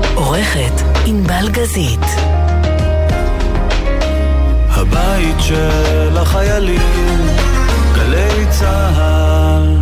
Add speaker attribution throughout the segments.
Speaker 1: נערכת ענבל גזית.
Speaker 2: הבית של החיילים, גלי צהל.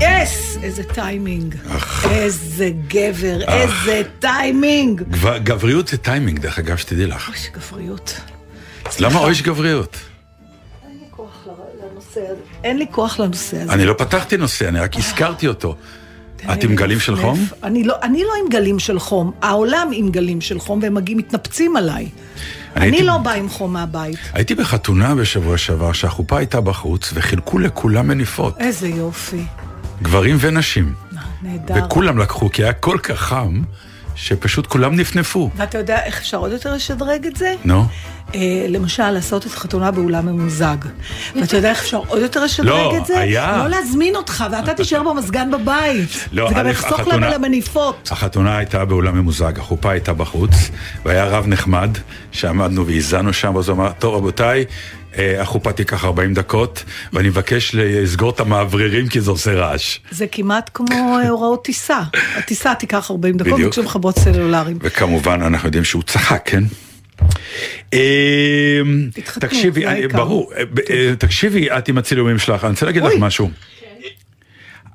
Speaker 3: יס! איזה טיימינג. איזה גבר, איזה טיימינג.
Speaker 4: גב- גבריות זה טיימינג, דרך אגב, שתדעי לך.
Speaker 3: אוי, שגבריות.
Speaker 4: למה אוי שגבריות?
Speaker 3: אין לי כוח ל- לנושא הזה. אין לי כוח לנושא הזה.
Speaker 4: אני לא פתחתי נושא, אני רק הזכרתי אותו. את עם גלים של חום?
Speaker 3: אני לא, אני לא עם גלים של חום, העולם עם גלים של חום והם מגיעים, מתנפצים עליי. אני,
Speaker 4: הייתי-
Speaker 3: לא באה עם חום מהבית.
Speaker 4: הייתי בחתונה בשבוע שעבר, שהחופה הייתה בחוץ, וחילקו לכולם מניפות,
Speaker 3: איזה יופי,
Speaker 4: גברים ונשים.
Speaker 3: נהדר.
Speaker 4: וכולם לקחו, כי היה כל כך חם, שפשוט כולם נפנפו.
Speaker 3: ואתה יודע איך אפשר עוד יותר לשדרג את זה?
Speaker 4: נו.
Speaker 3: אה, למשל, לעשות את החתונה באולם ממוזג. ואתה יודע איך אפשר עוד יותר לשדרג
Speaker 4: לא,
Speaker 3: את זה?
Speaker 4: היה.
Speaker 3: לא להזמין אותך, ואתה תישאר במזגן בבית.
Speaker 4: לא,
Speaker 3: זה גם
Speaker 4: א',
Speaker 3: יחסוך לנו
Speaker 4: החתונה-
Speaker 3: על המניפות.
Speaker 4: החתונה הייתה באולם ממוזג, החופה הייתה בחוץ, והיה רב נחמד, שעמדנו והזענו שם, ואז הוא אמר, טוב רבותיי, אה, החופה תיקח 40 דקות, ואני מבקש לסגור את המאווררים כי זה עושה רעש.
Speaker 3: זה כמעט כמו אה, הוראות טיסה. הטיסה תיקח 40 דקות,
Speaker 4: בדיוק.
Speaker 3: ביקשו מחברות סלולריים.
Speaker 4: וכמובן, אנחנו יודעים שהוא צחק, כן? אה,
Speaker 3: תתחתנו,
Speaker 4: תקשיבי,
Speaker 3: זה
Speaker 4: אני-
Speaker 3: העיקר.
Speaker 4: ברור, אה, ב- אה, תקשיבי, את עם הצילומים שלך, אני רוצה להגיד לך
Speaker 3: אוי.
Speaker 4: משהו.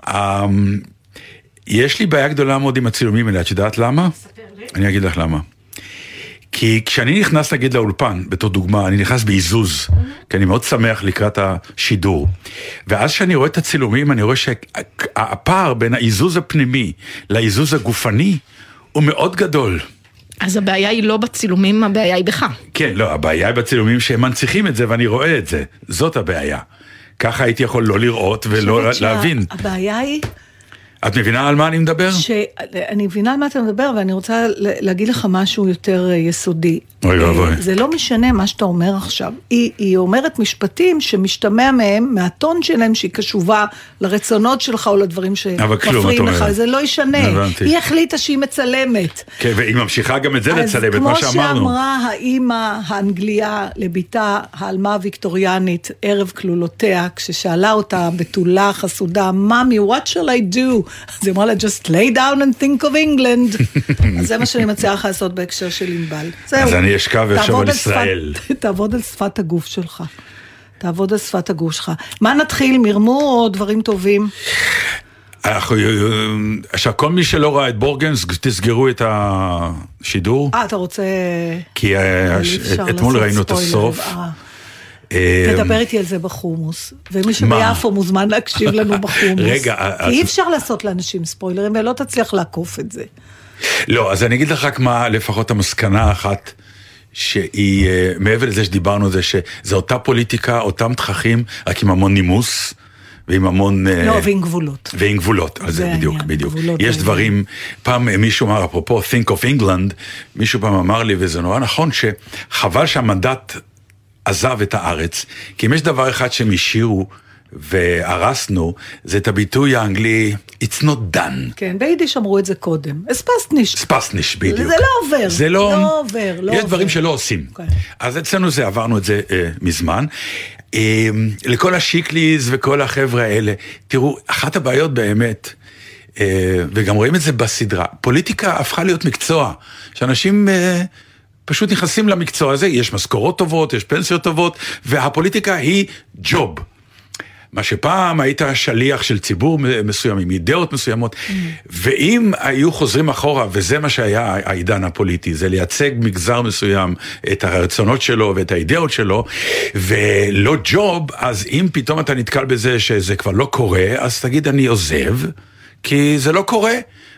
Speaker 4: אמ, יש לי בעיה גדולה מאוד עם הצילומים האלה, את יודעת למה? אני אגיד לך למה. כי כשאני נכנס נגיד לאולפן, בתור דוגמה, אני נכנס בעיזוז, כי אני מאוד שמח לקראת השידור. ואז כשאני רואה את הצילומים, אני רואה שהפער בין העיזוז הפנימי לעיזוז הגופני הוא מאוד גדול.
Speaker 5: אז הבעיה היא לא בצילומים, הבעיה היא בך.
Speaker 4: כן, לא, הבעיה היא בצילומים שהם מנציחים את זה ואני רואה את זה. זאת הבעיה. ככה הייתי יכול לא לראות ולא
Speaker 3: אני חושבת שה-
Speaker 4: להבין.
Speaker 3: הבעיה היא
Speaker 4: את מבינה על מה אני מדבר?
Speaker 3: שאני מבינה על מה אתה מדבר, ואני רוצה ל- להגיד לך משהו יותר אה, יסודי.
Speaker 4: אוי
Speaker 3: אה,
Speaker 4: ואבוי.
Speaker 3: זה לא משנה מה שאתה אומר עכשיו. היא, היא אומרת משפטים שמשתמע מהם, מהטון שלהם, שהיא קשובה לרצונות שלך או לדברים
Speaker 4: אבל כלום, את
Speaker 3: שמפריעים לך,
Speaker 4: אומרת.
Speaker 3: זה לא ישנה.
Speaker 4: הבנתי.
Speaker 3: היא החליטה שהיא מצלמת.
Speaker 4: כן, והיא ממשיכה גם את זה לצלם, את מה
Speaker 3: אז
Speaker 4: שאמרנו.
Speaker 3: כמו שאמרה האימא האנגליה לבתה העלמה הוויקטוריאנית ערב כלולותיה, כששאלה אותה בתולה חסודה, ממי, what shall I do? אז היא אמרה לה, just lay down and think of England. אז זה מה שאני מציעה לך לעשות בהקשר של ענבל. זהו.
Speaker 4: אז אני אשכב ואחשוב
Speaker 3: תעבוד
Speaker 4: על
Speaker 3: שפת-
Speaker 4: ישראל.
Speaker 3: תעבוד על שפת הגוף שלך. תעבוד על שפת הגוף שלך. מה נתחיל, מרמור או דברים טובים?
Speaker 4: אנחנו, עכשיו, כל מי שלא ראה את בורגנס, תסגרו את השידור,
Speaker 3: אה, אתה רוצה...
Speaker 4: כי אה,
Speaker 3: אבל
Speaker 4: ש-
Speaker 3: אי אפשר
Speaker 4: אתמול
Speaker 3: לעשות
Speaker 4: ראינו את
Speaker 3: ספוילרים.
Speaker 4: הסוף.
Speaker 3: אה.
Speaker 4: אה,
Speaker 3: תדבר איתי על זה בחומוס, ומי
Speaker 4: מה?
Speaker 3: שביפו מוזמן להקשיב לנו בחומוס.
Speaker 4: רגע, אה,
Speaker 3: כי אי
Speaker 4: את-
Speaker 3: אפשר לעשות לאנשים ספוילרים, ולא תצליח לעקוף את זה.
Speaker 4: לא, אז אני אגיד לך רק מה, לפחות המסקנה האחת, שהיא, אה, מעבר לזה שדיברנו על זה, שזה אותה פוליטיקה, אותם תככים, רק עם המון נימוס, ועם המון... אה,
Speaker 3: לא, ועם גבולות.
Speaker 4: ועם גבולות, אז
Speaker 3: זה
Speaker 4: זה בדיוק,
Speaker 3: העניין,
Speaker 4: בדיוק.
Speaker 3: גבולות
Speaker 4: יש
Speaker 3: העניין.
Speaker 4: דברים, פעם אה, מישהו אמר, אפרופו think of England, מישהו פעם אמר לי, וזה נורא נכון, שחבל שהמנדט עזב את הארץ, כי אם יש דבר אחד שהם השאירו והרסנו, זה את הביטוי האנגלי, it's not done.
Speaker 3: כן, ביידיש אמרו את זה קודם. אספסניש.
Speaker 4: ספסניש בדיוק.
Speaker 3: זה לא עובר,
Speaker 4: זה לא...
Speaker 3: לא עובר, לא
Speaker 4: יש
Speaker 3: עובר.
Speaker 4: דברים שלא עושים.
Speaker 3: כן.
Speaker 4: אז אצלנו זה, עברנו את זה אה, מזמן. אה, לכל השיקליז וכל החבר'ה האלה, תראו, אחת הבעיות באמת, אה, וגם רואים את זה בסדרה, פוליטיקה הפכה להיות מקצוע, שאנשים... אה, פשוט נכנסים למקצוע הזה, יש משכורות טובות, יש פנסיות טובות, והפוליטיקה היא ג'וב. מה שפעם היית שליח של ציבור מסוים, עם אידאות מסוימות, ואם היו חוזרים אחורה, וזה מה שהיה העידן הפוליטי, זה לייצג מגזר מסוים, את הרצונות שלו ואת האידאות שלו, ולא ג'וב, אז אם פתאום אתה נתקל בזה שזה כבר לא קורה, אז תגיד אני עוזב, כי זה לא קורה.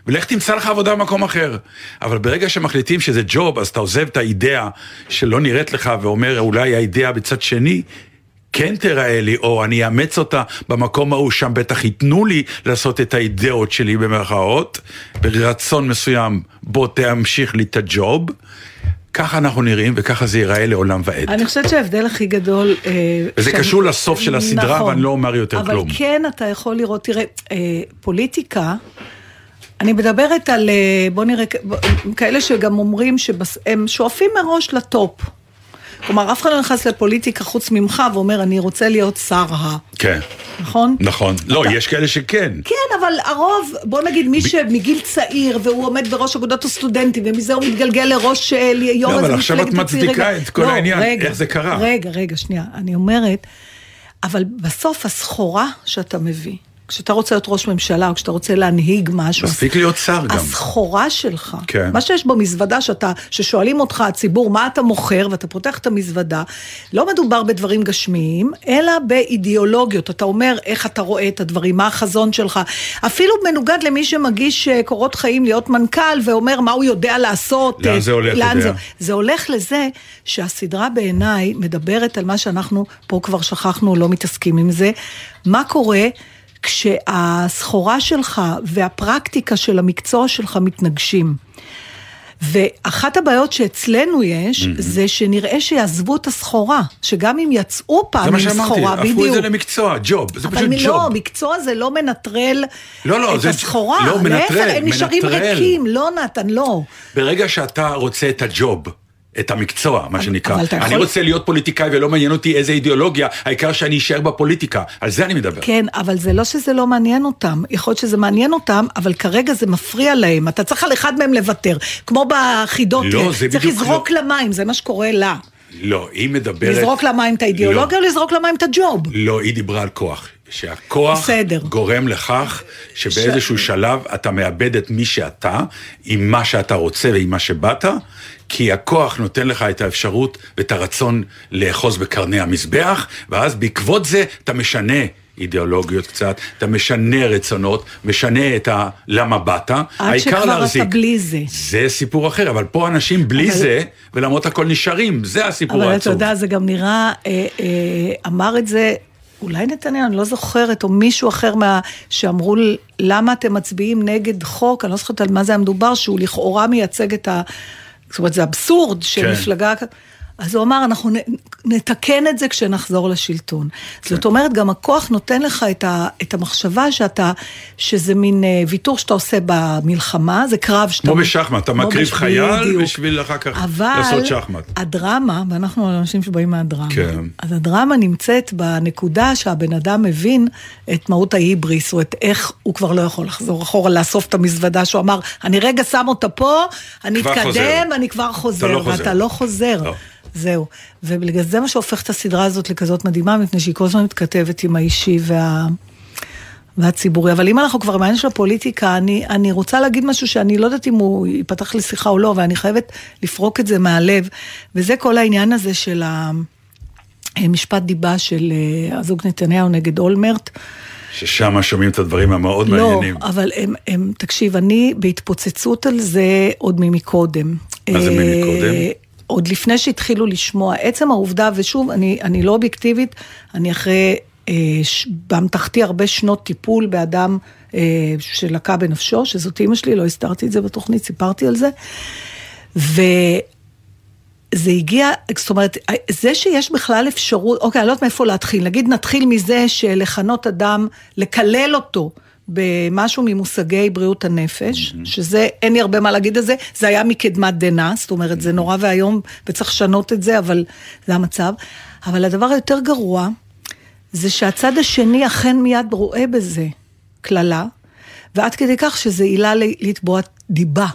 Speaker 4: ולך תמצא לך עבודה במקום אחר. אבל ברגע שמחליטים שזה ג'וב, אז אתה עוזב את האידאה שלא נראית לך ואומר, אולי האידאה בצד שני כן תיראה לי, או אני אאמץ אותה במקום ההוא, שם בטח ייתנו לי לעשות את האידאות שלי במרכאות, ברצון מסוים בוא תמשיך לי את הג'וב. ככה אנחנו נראים וככה זה ייראה לעולם ועד.
Speaker 3: אני חושבת שההבדל הכי גדול... אה,
Speaker 4: וזה קשור לסוף של הסדרה,
Speaker 3: נכון.
Speaker 4: ואני לא אומר יותר
Speaker 3: אבל
Speaker 4: כלום.
Speaker 3: אבל כן, אתה יכול לראות, תראה, אה, פוליטיקה, אני מדברת על, אה, בוא נראה, כ- בוא- כאלה שגם אומרים שהם שואפים מראש לטופ. כלומר, אף אחד לא נכנס לפוליטיקה חוץ ממך ואומר, אני רוצה להיות שר ה...
Speaker 4: כן,
Speaker 3: נכון?
Speaker 4: נכון. לא, יש כאלה שכן.
Speaker 3: כן, אבל הרוב, בוא נגיד מי שמגיל צעיר, והוא עומד בראש אגודות הסטודנטים, ומזה הוא מתגלגל לראש אה, ל- יו"ר
Speaker 4: לא,
Speaker 3: איזה
Speaker 4: אבל עכשיו
Speaker 3: מפלגת
Speaker 4: את
Speaker 3: הצעירים.
Speaker 4: מצדיקה את כל
Speaker 3: לא,
Speaker 4: העניין,
Speaker 3: רגע,
Speaker 4: איך זה קרה.
Speaker 3: רגע, רגע, שנייה, אני אומרת, אבל בסוף הסחורה שאתה מביא, כשאתה רוצה להיות ראש ממשלה, או כשאתה רוצה להנהיג משהו,
Speaker 4: מספיק להיות שר גם.
Speaker 3: הסחורה שלך,
Speaker 4: כן.
Speaker 3: מה שיש במזוודה שאתה, ששואלים אותך הציבור מה אתה מוכר ואתה פותח את המזוודה, לא מדובר בדברים גשמיים, אלא באידיאולוגיות. אתה אומר איך אתה רואה את הדברים, מה החזון שלך. אפילו מנוגד למי שמגיש אה, קורות חיים להיות מנכ"ל ואומר מה הוא יודע לעשות.
Speaker 4: לאן
Speaker 3: אה,
Speaker 4: זה הולך,
Speaker 3: לאן זה,
Speaker 4: יודע.
Speaker 3: זה הולך לזה שהסדרה בעיניי מדברת על מה שאנחנו פה כבר שכחנו, לא מתעסקים עם זה. מה קורה כשהסחורה שלך והפרקטיקה של המקצוע שלך מתנגשים? ואחת הבעיות שאצלנו יש, mm-hmm. זה שנראה שיעזבו את הסחורה, שגם אם יצאו פעם
Speaker 4: זה מה
Speaker 3: עם
Speaker 4: שאמרתי,
Speaker 3: סחורה,
Speaker 4: הפכו את זה למקצוע, ג'וב, זה
Speaker 3: אבל
Speaker 4: פשוט
Speaker 3: מ- לא,
Speaker 4: ג'וב.
Speaker 3: מקצוע זה לא מנטרל
Speaker 4: לא, לא,
Speaker 3: את
Speaker 4: זה-
Speaker 3: הסחורה.
Speaker 4: לא, מנטרל,
Speaker 3: להפך, הם נשארים
Speaker 4: מנטרל.
Speaker 3: ריקים, לא נתן, לא.
Speaker 4: ברגע שאתה רוצה את הג'וב, את המקצוע, מה שנקרא,
Speaker 3: אבל אתה
Speaker 4: אני
Speaker 3: יכול-
Speaker 4: רוצה להיות פוליטיקאי ולא מעניין אותי איזה אידיאולוגיה, העיקר שאני אשאר בפוליטיקה, על זה אני מדבר.
Speaker 3: כן, אבל זה לא שזה לא מעניין אותם. יכול להיות שזה מעניין אותם, אבל כרגע זה מפריע להם. אתה צריך על אחד מהם לוותר. כמו בחידות,
Speaker 4: לא, זה
Speaker 3: צריך
Speaker 4: בדיוק
Speaker 3: לזרוק
Speaker 4: לא.
Speaker 3: למים, זה מה שקורה לה.
Speaker 4: לא, היא מדברת...
Speaker 3: לזרוק למים את האידיאולוגיה או לזרוק למים את הג'וב?
Speaker 4: לא, היא דיברה על כוח. שהכוח
Speaker 3: בסדר.
Speaker 4: גורם לכך שבאיזשהו ש... שלב אתה מאבד את מי שאתה, עם מה שאתה רוצה ועם מה שבאת, כי הכוח נותן לך את האפשרות ואת הרצון לאחוז בקרני המזבח, ואז בעקבות זה אתה משנה אידיאולוגיות קצת, אתה משנה רצונות, משנה את ה... למה באת, העיקר
Speaker 3: שכבר אתה
Speaker 4: להחזיק.
Speaker 3: בלי זה.
Speaker 4: זה סיפור אחר, אבל פה אנשים בלי
Speaker 3: אבל-
Speaker 4: זה, ולמרות הכל נשארים, זה הסיפור
Speaker 3: אבל אתה
Speaker 4: העצוב.
Speaker 3: יודע, זה גם נראה, אה, אה, אמר את זה, אולי נתניהו, אני לא זוכרת, או מישהו אחר מה, שאמרו, "ל- למה אתם מצביעים נגד חוק, אני לא זוכרת על מה זה היה מדובר, שהוא לכאורה מייצג את ה... זאת אומרת, זה אבסורד
Speaker 4: כן.
Speaker 3: שמפלגה... אז הוא אמר, אנחנו נ- נתקן את זה כשנחזור לשלטון. כן. זאת אומרת, גם הכוח נותן לך את, ה, את המחשבה שאתה, שזה מין אה, ויתור שאתה עושה במלחמה, זה קרב שאתה...
Speaker 4: כמו בשחמט, אתה
Speaker 3: כמו
Speaker 4: מקריב
Speaker 3: בש-
Speaker 4: חייל
Speaker 3: בדיוק.
Speaker 4: בשביל אחר כך
Speaker 3: אבל
Speaker 4: לעשות שחמט.
Speaker 3: הדרמה, ואנחנו אנשים שבאים מהדרמה,
Speaker 4: כן.
Speaker 3: אז הדרמה נמצאת בנקודה שהבן אדם מבין את מהות ההיבריס, או את איך הוא כבר לא יכול לחזור אחורה, לאסוף את המזוודה שהוא אמר, אני רגע שם אותה פה, אני
Speaker 4: כבר
Speaker 3: אתקדם,
Speaker 4: חוזר."
Speaker 3: אני כבר חוזר,
Speaker 4: לא חוזר.
Speaker 3: ואתה לא חוזר.
Speaker 4: לא.
Speaker 3: זהו, ובגלל זה מה שהופך את הסדרה הזאת לכזאת מדהימה, מפני שהיא כל הזמן מתכתבת עם האישי וה... והציבורי. אבל אם אנחנו כבר בעניין של הפוליטיקה, אני, אני רוצה להגיד משהו שאני לא יודעת אם הוא ייפתח לשיחה או לא, ואני חייבת לפרוק את זה מהלב. וזה כל העניין הזה של המשפט דיבה של אה, הזוג נתניהו נגד אולמרט.
Speaker 4: ששם שומעים את הדברים המאוד
Speaker 3: לא,
Speaker 4: מעניינים.
Speaker 3: אבל הם, הם, תקשיב, אני בהתפוצצות על זה עוד ממקודם.
Speaker 4: מה זה
Speaker 3: אה,
Speaker 4: ממקודם?
Speaker 3: עוד לפני שהתחילו לשמוע. עצם העובדה, ושוב, אני, אני לא אובייקטיבית, אני אחרי, אה, ש, באמתחתי הרבה שנות טיפול באדם אה, שלקה בנפשו, שזאת אימא שלי, לא הסתרתי את זה בתוכנית, סיפרתי על זה. ו... זה הגיע, זאת אומרת, זה שיש בכלל אפשרות, אוקיי, אני לא יודעת מאיפה להתחיל, נגיד נתחיל מזה שלכנות אדם, לקלל אותו במשהו ממושגי בריאות הנפש, mm-hmm. שזה, אין לי הרבה מה להגיד על זה, זה היה מקדמת דנא, זאת אומרת, mm-hmm. זה נורא ואיום וצריך לשנות את זה, אבל זה המצב. אבל הדבר היותר גרוע, זה שהצד השני אכן מיד רואה בזה קללה, ועד כדי כך שזה עילה ל- לתבוע דיבה.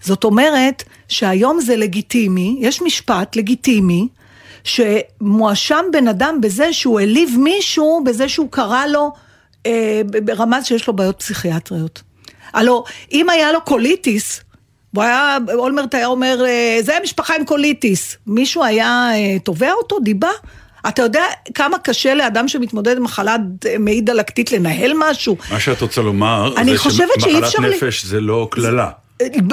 Speaker 3: זאת אומרת שהיום זה לגיטימי, יש משפט לגיטימי, שמואשם בן אדם בזה שהוא העליב מישהו, בזה שהוא קרא לו, אה, ברמז שיש לו בעיות פסיכיאטריות. הלו, אם היה לו קוליטיס, הוא היה, אולמרט היה אומר, אה, זה משפחה עם קוליטיס. מישהו היה אה, תובע אותו? דיבה? אתה יודע כמה קשה לאדם שמתמודד עם מחלת אה, מעי דלקתית לנהל משהו?
Speaker 4: מה שאת רוצה לומר,
Speaker 3: אני
Speaker 4: זה
Speaker 3: חושבת שאי אפשר ל-
Speaker 4: שמחלת נפש זה לא קללה.
Speaker 3: אה,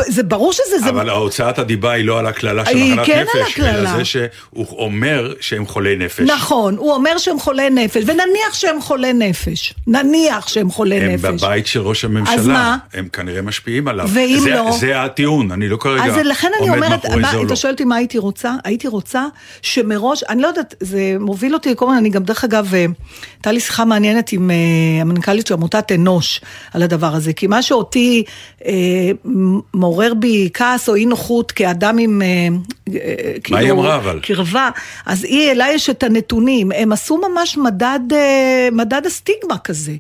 Speaker 3: זה ברור שזה... זה...
Speaker 4: אבל הוצאת הדיבה היא לא על הקללה של
Speaker 3: היא
Speaker 4: מחלת
Speaker 3: כן על
Speaker 4: נפש,
Speaker 3: הקללה.
Speaker 4: אלא זה שהוא אומר שהם חולי נפש.
Speaker 3: נכון, הוא אומר שהם חולי נפש, ונניח שהם חולי נפש. נניח שהם חולי
Speaker 4: הם
Speaker 3: נפש.
Speaker 4: בבית של ראש הממשלה.
Speaker 3: אז מה?
Speaker 4: הם כנראה משפיעים עליו.
Speaker 3: ואם
Speaker 4: זה,
Speaker 3: לא?
Speaker 4: זה הטיעון, אני לא כרגע
Speaker 3: אז לכן אני
Speaker 4: עומד
Speaker 3: אומרת,
Speaker 4: מאחורי
Speaker 3: מה,
Speaker 4: זה או
Speaker 3: אתה
Speaker 4: לא.
Speaker 3: שואל אותי מה הייתי רוצה? הייתי רוצה שמראש, אני לא יודעת, זה מוביל אותי לכל מיני, אני גם דרך אגב, אה, הייתה לי שיחה מעניינת עם אה, המנכ"לית של עמותת אנוש על הדבר הזה, כי מה שאותי אה, מ- מעורר בי כעס או אי נוחות כאדם עם, אה, אה, כאילו,
Speaker 4: היא אמרה, אבל?
Speaker 3: קרבה, אז היא, אליי יש את הנתונים, הם עשו ממש מדד, אה, מדד הסטיגמה כזה.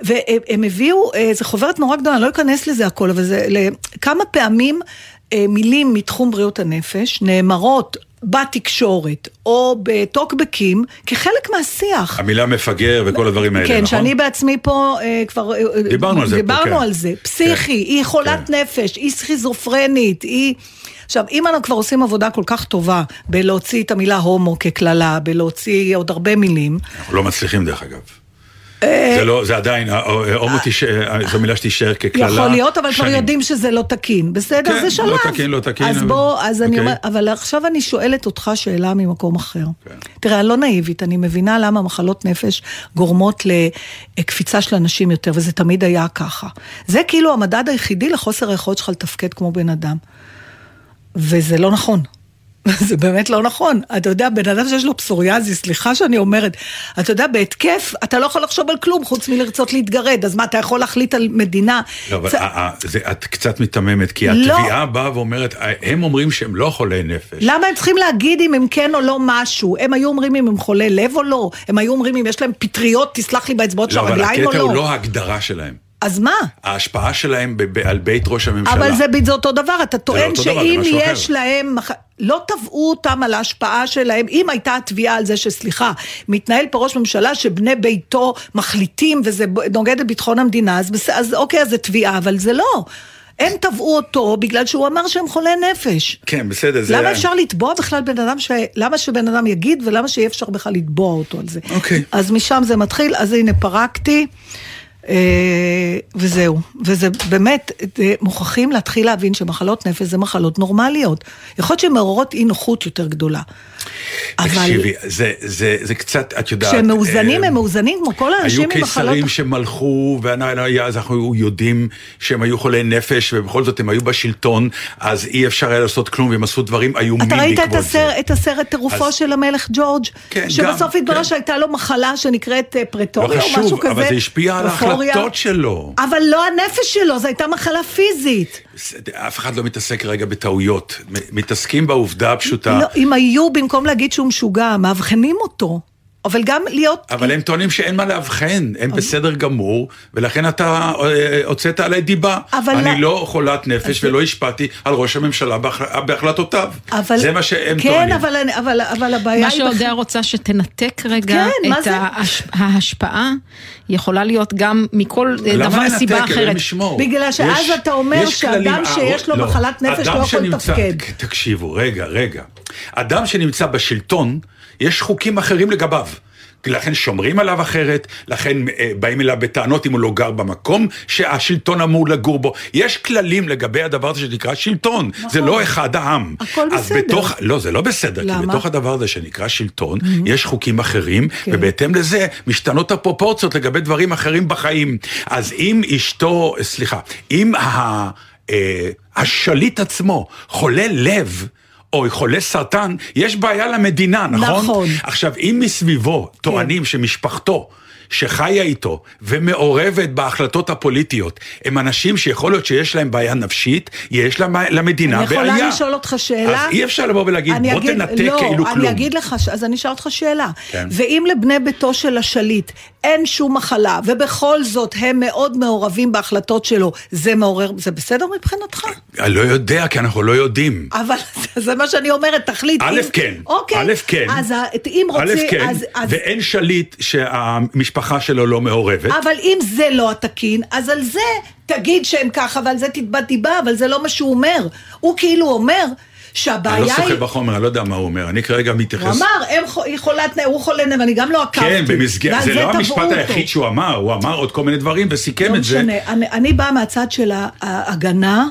Speaker 3: והם הם הביאו, אה, זו חוברת נורא גדולה, אני לא אכנס לזה הכל, אבל זה ל- כמה פעמים אה, מילים מתחום בריאות הנפש נאמרות בתקשורת או בטוקבקים כחלק מהשיח.
Speaker 4: המילה מפגר וכל הדברים האלה,
Speaker 3: כן,
Speaker 4: נכון?
Speaker 3: שאני בעצמי פה אה, כבר... אה,
Speaker 4: דיברנו על זה פה,
Speaker 3: דיברנו
Speaker 4: כן.
Speaker 3: על זה. פסיכי, היא חולת
Speaker 4: כן.
Speaker 3: נפש, היא סכיזופרנית, היא... עכשיו, אם אנחנו כבר עושים עבודה כל כך טובה בלהוציא את המילה הומו כקללה, בלהוציא עוד הרבה מילים,
Speaker 4: אנחנו לא מצליחים דרך אגב.
Speaker 3: אה-
Speaker 4: זה לא, זה עדיין, ה- ה- הומו תישאר, זו מילה שתישאר כקללה.
Speaker 3: יכול להיות, אבל כבר
Speaker 4: שנים.
Speaker 3: יודעים שזה לא תקין. בסדר,
Speaker 4: כן,
Speaker 3: זה שלב.
Speaker 4: לא תקין, לא תקין,
Speaker 3: אז
Speaker 4: אבל-
Speaker 3: בוא, אז אני
Speaker 4: אוקיי.
Speaker 3: אומרת, אבל עכשיו אני שואלת אותך שאלה ממקום אחר.
Speaker 4: כן.
Speaker 3: תראה, אני לא נאיבית, אני מבינה למה מחלות נפש גורמות לקפיצה של אנשים יותר, וזה תמיד היה ככה. זה כאילו המדד היחידי לחוסר היכולת שלך לתפקד כמו בן אדם. וזה לא נכון. זה באמת לא נכון. אתה יודע, בן אדם שיש לו פסוריאזיס, סליחה שאני אומרת, אתה יודע, בהתקף, אתה לא יכול לחשוב על כלום חוץ מלרצות להתגרד, אז מה, אתה יכול להחליט על מדינה?
Speaker 4: לא, אבל
Speaker 3: זה-
Speaker 4: ה- ה- זה- את קצת מיתממת, כי
Speaker 3: לא.
Speaker 4: התביעה באה ואומרת, הם אומרים שהם לא חולי נפש.
Speaker 3: למה הם צריכים להגיד אם הם כן או לא משהו? הם היו אומרים אם הם חולי לב או לא? הם היו אומרים אם יש להם פטריות, תסלח לי, באצבעות של
Speaker 4: לא, אבל
Speaker 3: הרגליים או
Speaker 4: הקטע
Speaker 3: לא?
Speaker 4: הוא לא ההגדרה שלהם.
Speaker 3: אז מה?
Speaker 4: ההשפעה שלהם ב- ב- על בית ראש הממשלה.
Speaker 3: אבל זה, זה אותו דבר, אתה טוען
Speaker 4: אותו דבר, זה
Speaker 3: שאם
Speaker 4: משהו אחר.
Speaker 3: יש להם, מח- לא תבעו אותם על ההשפעה שלהם, אם הייתה תביעה על זה שסליחה, מתנהל פה ראש ממשלה שבני ביתו מחליטים וזה ב- נוגד את ביטחון המדינה, אז, בס- אז אוקיי, אז זה תביעה, אבל זה לא. הם תבעו אותו בגלל שהוא אמר שהם חולי נפש.
Speaker 4: כן, בסדר, זה...
Speaker 3: למה אפשר לתבוע בכלל בן אדם, ש... למה שבן אדם יגיד ולמה שאי אפשר בכלל לתבוע אותו על זה.
Speaker 4: אוקיי.
Speaker 3: אז משם זה מתחיל, אז הנה פרקתי, אה, וזהו. וזה באמת, אה, מוכרחים להתחיל להבין שמחלות נפש זה מחלות נורמליות. יכול להיות שהן מעוררות אי נוחות יותר גדולה. אבל
Speaker 4: תקשיבי, זה, זה, זה קצת, את יודעת...
Speaker 3: כשהם מאוזנים,
Speaker 4: אה,
Speaker 3: הם מאוזנים כמו כל האנשים עם
Speaker 4: היו
Speaker 3: מחלות...
Speaker 4: קיסרים שמלכו, ואז אנחנו יודעים שהם היו חולי נפש, ובכל זאת הם היו בשלטון, אז אי אפשר היה לעשות כלום, והם עשו דברים איומים
Speaker 3: אתה
Speaker 4: בעקבות
Speaker 3: ראית
Speaker 4: זה.
Speaker 3: את, הסר, את הסרט טירופו
Speaker 4: אז-
Speaker 3: של המלך ג'ורג',
Speaker 4: כן,
Speaker 3: שבסוף
Speaker 4: גם,
Speaker 3: התברר
Speaker 4: כן.
Speaker 3: שהייתה לו מחלה שנקראת אה, פרטוריה
Speaker 4: לא
Speaker 3: או
Speaker 4: חשוב,
Speaker 3: משהו כזה.
Speaker 4: אבל זה השפיע על
Speaker 3: אופוריה.
Speaker 4: ההחלטות שלו.
Speaker 3: אבל לא הנפש שלו, זו הייתה מחלה פיזית.
Speaker 4: זה- אף אחד לא מתעסק רגע בטעויות. מ- מתעסקים בעובדה הפשוטה.
Speaker 3: לא, אם היו, במקום להגיד שהוא משוגע, מאבחנים אותו. אבל אוקיי. גם להיות...
Speaker 4: אבל הם טוענים שאין מה לאבחן, הם בסדר גמור, ולכן אתה אה, הוצאת עלי דיבה.
Speaker 3: אבל
Speaker 4: אני
Speaker 3: לא-
Speaker 4: לא חולת נפש ולא השפעתי על ראש הממשלה בהחל- בהחלטותיו.
Speaker 3: אבל...
Speaker 4: זה מה שהם
Speaker 3: כן,
Speaker 4: טוענים.
Speaker 3: כן, אבל, אני- אבל, אבל הבעיה היא...
Speaker 5: מה
Speaker 3: בח-
Speaker 5: שאודיה רוצה שתנתק רגע
Speaker 3: כן, מה
Speaker 5: את
Speaker 3: זה?
Speaker 5: ההש- ההשפעה, יכולה להיות גם מכל אה,
Speaker 4: למה
Speaker 5: דבר
Speaker 4: לנתק?
Speaker 5: סיבה
Speaker 4: אלוהים
Speaker 5: אחרת.
Speaker 4: ישמור.
Speaker 3: בגלל שאז
Speaker 4: יש-
Speaker 3: אתה אומר
Speaker 4: יש כללים.
Speaker 3: שאדם
Speaker 4: אה,
Speaker 3: שיש לו
Speaker 4: לא.
Speaker 3: מחלת נפש
Speaker 4: אדם
Speaker 3: לא יכול
Speaker 4: שנמצא-
Speaker 3: לתפקד.
Speaker 4: ת- תקשיבו, רגע, רגע. אדם שנמצא בשלטון, יש חוקים אחרים לגביו. לכן שומרים עליו אחרת, לכן אה, באים אליו בטענות אם הוא לא גר במקום שהשלטון אמור לגור בו. יש כללים לגבי הדבר הזה שנקרא שלטון, נכון. זה לא אחד העם.
Speaker 3: הכל
Speaker 4: אז
Speaker 3: בסדר.
Speaker 4: בתוך, לא, זה לא בסדר,
Speaker 3: למה?
Speaker 4: כי בתוך הדבר הזה שנקרא שלטון, mm-hmm. יש חוקים אחרים, כן. ובהתאם לזה משתנות הפרופורציות לגבי דברים אחרים בחיים. אז אם אשתו, סליחה, אם ה, אה, השליט עצמו חולה לב, או חולה סרטן, יש בעיה למדינה, נכון? כן.
Speaker 3: נכון.
Speaker 4: עכשיו, אם מסביבו טוענים שמשפחתו... שחיה איתו ומעורבת בהחלטות הפוליטיות, הם אנשים שיכול להיות שיש להם בעיה נפשית, יש להם- למדינה
Speaker 3: אני
Speaker 4: בעיה.
Speaker 3: יכולה לשאול אותך שאלה?
Speaker 4: אז אי אפשר לבוא ולהגיד,
Speaker 3: אני
Speaker 4: בוא
Speaker 3: אגיד-
Speaker 4: תנתק
Speaker 3: לא,
Speaker 4: כאילו
Speaker 3: אני
Speaker 4: כלום.
Speaker 3: אגיד לך, ש- אז אני אשאל אותך שאלה.
Speaker 4: כן.
Speaker 3: ואם לבני ביתו של השליט אין שום מחלה, ובכל זאת הם מאוד מעורבים בהחלטות שלו, זה מעורר, זה בסדר מבחינתך?
Speaker 4: אני לא יודע, כי אנחנו לא יודעים.
Speaker 3: אבל זה מה שאני אומרת, תחליט.
Speaker 4: א'
Speaker 3: אם-
Speaker 4: כן,
Speaker 3: אוקיי.
Speaker 4: א' כן,
Speaker 3: אז ה- אם
Speaker 4: א'
Speaker 3: רוצים,
Speaker 4: כן,
Speaker 3: אז- אז...
Speaker 4: ואין שליט שהמשפחה שלו לא מעורבת.
Speaker 3: אבל אם זה לא התקין, אז על זה תגיד שהם ככה, ועל זה תתבע דיבה, אבל זה לא מה שהוא אומר. הוא כאילו אומר
Speaker 4: אני לא
Speaker 3: שהבעיה
Speaker 4: שוחה
Speaker 3: היא...
Speaker 4: בחומר, אני לא יודע מה הוא אומר, אני כרגע
Speaker 3: הוא
Speaker 4: מתייחס.
Speaker 3: אמר, הם חו- היא חולת, נ- הוא חולה נפש, אני גם לא עקבתי.
Speaker 4: כן, במסגרת,
Speaker 3: ועל
Speaker 4: זה לא
Speaker 3: תבעו
Speaker 4: המשפט
Speaker 3: אותו.
Speaker 4: היחיד שהוא אמר, הוא אמר עוד כל מיני דברים וסיכם
Speaker 3: לא
Speaker 4: את זה.
Speaker 3: משנה, אני, אני באה מהצד של ההגנה.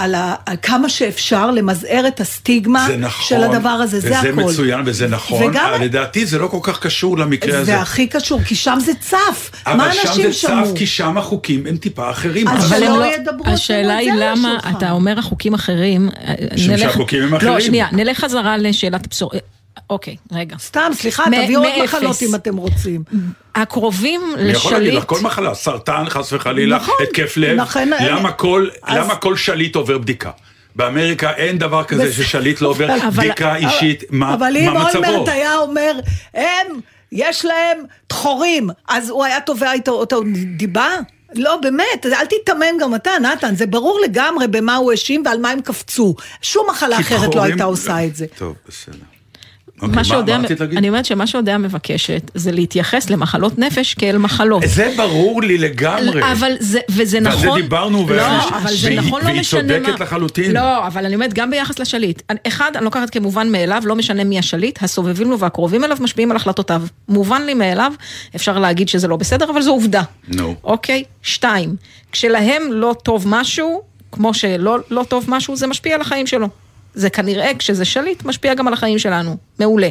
Speaker 3: על, ה, על כמה שאפשר למזער את הסטיגמה
Speaker 4: זה נכון,
Speaker 3: של הדבר הזה, זה
Speaker 4: וזה
Speaker 3: הכל.
Speaker 4: מצוין וזה נכון,
Speaker 3: וגם-
Speaker 4: אבל לדעתי זה לא כל כך קשור למקרה הזה.
Speaker 3: זה הכי קשור, כי שם זה צף.
Speaker 4: אבל
Speaker 3: מה
Speaker 4: שם
Speaker 3: אנשים
Speaker 4: זה
Speaker 3: שמעו?
Speaker 4: צף, כי שם החוקים הם טיפה אחרים.
Speaker 3: אז
Speaker 5: אבל
Speaker 3: שלא
Speaker 5: הם לא,
Speaker 3: ידברו אפילו
Speaker 5: השאלה
Speaker 3: את
Speaker 5: היא
Speaker 3: זה על
Speaker 5: למה,
Speaker 3: השולחן.
Speaker 5: אתה אומר החוקים אחרים. אה,
Speaker 4: משום
Speaker 5: נלך-
Speaker 4: שהחוקים הם
Speaker 5: לא,
Speaker 4: אחרים.
Speaker 5: שנייה, נלך חזרה לשאלת הבשור. אוקיי, רגע.
Speaker 3: סתם, סליחה,
Speaker 5: מ-
Speaker 3: תביאו עוד
Speaker 5: מאפס.
Speaker 3: מחלות אם אתם רוצים.
Speaker 5: הקרובים
Speaker 4: אני יכול להגיד לך,
Speaker 5: לשליט,
Speaker 4: כל מחלה, סרטן, חס וחלילה,
Speaker 3: נכון.
Speaker 4: התקף לב,
Speaker 3: לכן-
Speaker 4: למה כל-
Speaker 3: אז-
Speaker 4: למה כל שליט עובר בדיקה? באמריקה אין דבר כזה
Speaker 3: בס-
Speaker 4: ששליט לא עובר
Speaker 5: אבל-
Speaker 4: בדיקה אישית, מה
Speaker 3: אבל
Speaker 4: מה
Speaker 3: אם
Speaker 4: מצבו?
Speaker 3: אולמרט היה אומר, הם, יש להם חורים, אז הוא היה תובע איתו אותו דיבה? לא, באמת, אל תיתמם גם אתה, נתן, זה ברור לגמרי במה הוא האשים ועל מה הם קפצו. שום מחלה
Speaker 4: כי
Speaker 3: אחרת לא
Speaker 4: בכורים-
Speaker 3: הייתה עושה את זה.
Speaker 4: טוב, בסדר. אוקיי,
Speaker 5: מה שהודיה,
Speaker 4: מה רצית להגיד?
Speaker 5: אני אומרת שמה שהודיה מבקשת זה להתייחס למחלות נפש כאל מחלות.
Speaker 4: זה ברור לי לגמרי.
Speaker 5: אבל זה, וזה
Speaker 4: ועל
Speaker 5: נכון,
Speaker 4: זה דיברנו, ו-
Speaker 5: לא, אבל זה
Speaker 4: והיא-
Speaker 5: נכון, לא
Speaker 4: והיא
Speaker 5: משנה מה,
Speaker 4: צודקת לחלוטין.
Speaker 5: לא, אבל אני אומרת, גם ביחס לשליט, אחד, אני לוקחת כמובן מאליו, לא משנה מי השליט, הסובבים לו והקרובים אליו משפיעים על החלטותיו. מובן לי מאליו, אפשר להגיד שזה לא בסדר, אבל זו עובדה.
Speaker 4: נו.
Speaker 5: אוקיי? שתיים, כשלהם לא טוב משהו, כמו שלא לא טוב משהו, זה משפיע על החיים שלו. זה כנראה, כשזה שליט, משפיע גם על החיים שלנו. מעולה.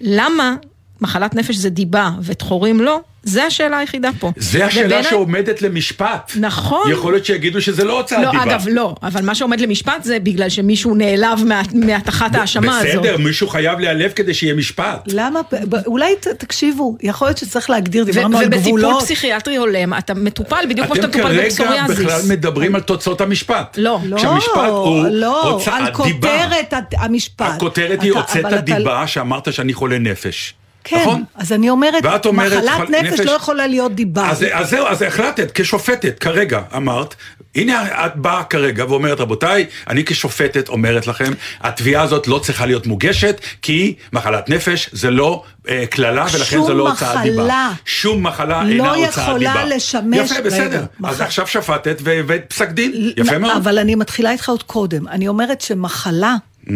Speaker 5: למה מחלת נפש זה דיבה ודחורים לא? זה השאלה היחידה פה.
Speaker 4: זה השאלה
Speaker 5: ובעיניי-
Speaker 4: שעומדת למשפט.
Speaker 5: נכון.
Speaker 4: יכול להיות שיגידו שזה לא הוצאת
Speaker 5: לא,
Speaker 4: דיבה.
Speaker 5: אגב, לא, אבל מה שעומד למשפט זה בגלל שמישהו נעלב מה- מהתחת ההאשמה הזאת.
Speaker 4: בסדר, מישהו חייב להיעלב כדי שיהיה משפט.
Speaker 3: למה, ב- ב- אולי ת- תקשיבו, יכול להיות שצריך להגדיר, דיברנו
Speaker 5: ו-
Speaker 3: על
Speaker 5: ובטיפול
Speaker 3: גבולות.
Speaker 5: פסיכיאטרי הולם, אתה מטופל בדיוק כמו שאתה
Speaker 4: אתם
Speaker 5: מטופל
Speaker 4: כרגע בכלל
Speaker 5: בפסוריאזיס.
Speaker 4: מדברים על תוצאות המשפט.
Speaker 5: לא.
Speaker 3: לא,
Speaker 4: כשהמשפט הוא
Speaker 3: לא,
Speaker 4: הוצאת
Speaker 3: על
Speaker 4: דיבה.
Speaker 3: כותרת הד- המשפט.
Speaker 4: הכותרת היא
Speaker 3: אתה-
Speaker 4: הוצאת
Speaker 3: אבל אתה-
Speaker 4: דיבה שאמרת שאני חולה נפש.
Speaker 3: כן,
Speaker 4: נכון?
Speaker 3: אז אני אומרת,
Speaker 4: ואת אומרת,
Speaker 3: מחלת
Speaker 4: חול-
Speaker 3: נפש לא יכולה להיות דיבה.
Speaker 4: אז, אז זהו, אז החלטת, כשופטת, כרגע, אמרת, הנה את באה כרגע ואומרת, רבותיי, אני כשופטת אומרת לכם, התביעה הזאת לא צריכה להיות מוגשת, כי מחלת נפש זה לא אה, קללה, ולכן
Speaker 3: שום
Speaker 4: זה לא הוצאת
Speaker 3: מחלה.
Speaker 4: דיבה. שום מחלה
Speaker 3: לא
Speaker 4: אינה
Speaker 3: יכולה
Speaker 4: הוצאת דיבה.
Speaker 3: לשמש-
Speaker 4: יפה, בסדר.
Speaker 3: רגע, מח-
Speaker 4: אז עכשיו שפטת והבאת פסק דין, יפה מאוד.
Speaker 3: לא, אבל אני מתחילה איתך עוד קודם. אני אומרת שמחלה
Speaker 4: Mm.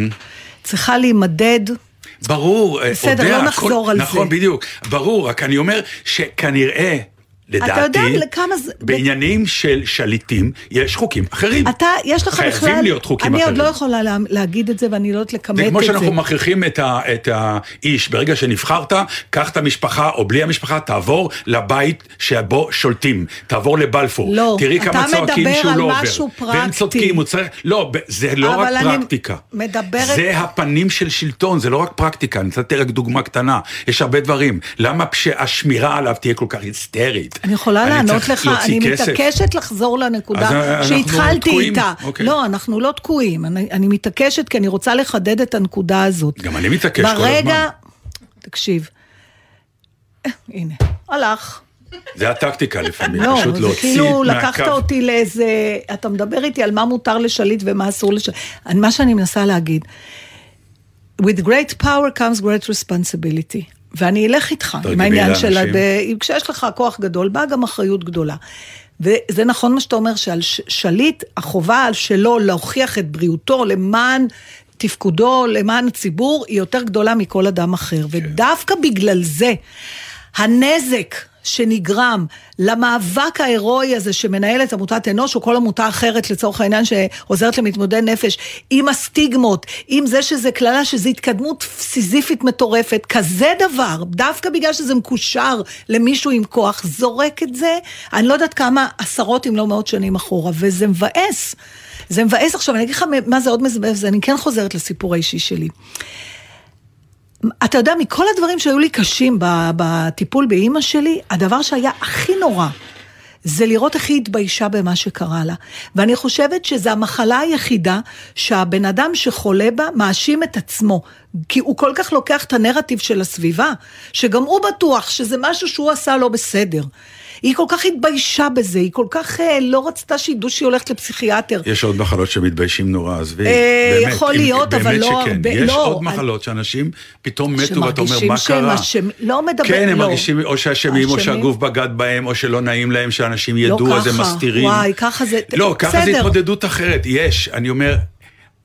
Speaker 3: צריכה להימדד,
Speaker 4: ברור, אה,
Speaker 3: בסדר,
Speaker 4: יודע,
Speaker 3: לא
Speaker 4: הכל-
Speaker 3: נחזור על זה.
Speaker 4: נכון, בדיוק. ברור, רק אני אומר שכנראה, לדעתי,
Speaker 3: יודע לכמה זה-
Speaker 4: בעניינים של שליטים, יש חוקים אחרים.
Speaker 3: אתה, יש לך בכלל...
Speaker 4: חייבים להיות חוקים
Speaker 3: אני
Speaker 4: אחרים.
Speaker 3: עוד לא יכולה לה, להגיד את זה ואני לא יודעת לכמת
Speaker 4: זה
Speaker 3: את זה.
Speaker 4: כמו שאנחנו מכריחים את, ה, את האיש, ברגע שנבחרת, קח את המשפחה או בלי המשפחה, תעבור לבית שבו שולטים, תעבור לבלפור.
Speaker 3: לא,
Speaker 4: תראי
Speaker 3: אתה
Speaker 4: כמה צועקים
Speaker 3: מדבר
Speaker 4: שהוא
Speaker 3: על
Speaker 4: לא עובר.
Speaker 3: משהו
Speaker 4: והם
Speaker 3: פרקטי.
Speaker 4: צודקים, הוא צריך... לא, ב- זה לא
Speaker 3: אבל
Speaker 4: רק
Speaker 3: אני
Speaker 4: פרקטיקה.
Speaker 3: מדברת-
Speaker 4: זה הפנים של שלטון, זה לא רק פרקטיקה. אני נתתי רק דוגמה קטנה. יש הרבה דברים. למה שהשמירה עליו תהיה כל כך היסטרית?
Speaker 3: אני יכולה לענות
Speaker 4: צריך
Speaker 3: לך,
Speaker 4: להוציא
Speaker 3: אני
Speaker 4: כסף.
Speaker 3: מתעקשת לחזור
Speaker 4: אז,
Speaker 3: לנקודה
Speaker 4: אה, אנחנו
Speaker 3: שהתחלתי
Speaker 4: תקועים?
Speaker 3: איתה.
Speaker 4: אוקיי.
Speaker 3: לא, אנחנו לא תקועים, אני אני מתעקשת כי אני רוצה לחדד את הנקודה הזאת.
Speaker 4: גם אני מתעקש כל הזמן.
Speaker 3: ברגע, תקשיב, אה, הנה, הלך.
Speaker 4: זה הטקטיקה לפעמים,
Speaker 3: לא,
Speaker 4: פשוט
Speaker 3: זה
Speaker 4: להוציא
Speaker 3: כאילו לקחת
Speaker 4: מהקו.
Speaker 3: אותי לאיזה, אתה מדבר איתי על מה מותר לשליט ומה אסור לשליט. אני- מה שאני מנסה להגיד, with great power comes great responsibility. ואני אלך איתך עם
Speaker 4: תרגמי
Speaker 3: העניין
Speaker 4: לאנשים.
Speaker 3: של, הד- אם כשיש לך כוח גדול, באה גם אחריות גדולה. וזה נכון מה שאתה אומר, שעל ש- שליט, החובה על שלו להוכיח את בריאותו למען תפקודו, למען הציבור, היא יותר גדולה מכל אדם אחר.
Speaker 4: כן.
Speaker 3: ודווקא בגלל זה, הנזק שנגרם למאבק ההירואי הזה שמנהלת עמותת אנוש, או כל עמותה אחרת לצורך העניין שעוזרת למתמודדי נפש, עם הסטיגמות, עם זה שזה קללה, שזו התקדמות סיזיפית מטורפת, כזה דבר, דווקא בגלל שזה מקושר למישהו עם כוח, זורק את זה, אני לא יודעת כמה עשרות אם לא מאות שנים אחורה, וזה מבאס. זה מבאס עכשיו, אני אגיד לך מה זה עוד מבאס, אני כן חוזרת לסיפור האישי שלי. אתה יודע, מכל הדברים שהיו לי קשים ב- בטיפול באימא שלי, הדבר שהיה הכי נורא זה לראות איך היא התביישה במה שקרה לה. ואני חושבת שזו המחלה היחידה שהבן אדם שחולה בה מאשים את עצמו. כי הוא כל כך לוקח את הנרטיב של הסביבה, שגם הוא בטוח שזה משהו שהוא עשה לא בסדר. היא כל כך התביישה בזה, היא כל כך אה, לא רצתה שידעו שהיא הולכת לפסיכיאטר.
Speaker 4: יש עוד מחלות שמתביישים נורא, עזבי.
Speaker 3: אה,
Speaker 4: באמת,
Speaker 3: יכול
Speaker 4: אם-
Speaker 3: להיות, אבל
Speaker 4: באמת
Speaker 3: לא
Speaker 4: שכן.
Speaker 3: הרבה-
Speaker 4: יש
Speaker 3: לא,
Speaker 4: עוד
Speaker 3: אני-
Speaker 4: מחלות שאנשים פתאום מתו, ואתה אומר,
Speaker 3: שמרגישים
Speaker 4: מה
Speaker 3: שהם
Speaker 4: קרה?
Speaker 3: אשמים- לא מדבר-
Speaker 4: כן, הם
Speaker 3: לא.
Speaker 4: מרגישים או שאשמים, או
Speaker 3: אשמים. לא
Speaker 4: שהגוף בגד בהם, או שלא נעים להם שאנשים ידעו, אז הם
Speaker 3: ככה.
Speaker 4: מסתירים.
Speaker 3: וואי, ככה זה-
Speaker 4: לא, ככה זה
Speaker 3: בסדר.
Speaker 4: התמודדות אחרת. יש, אני אומר...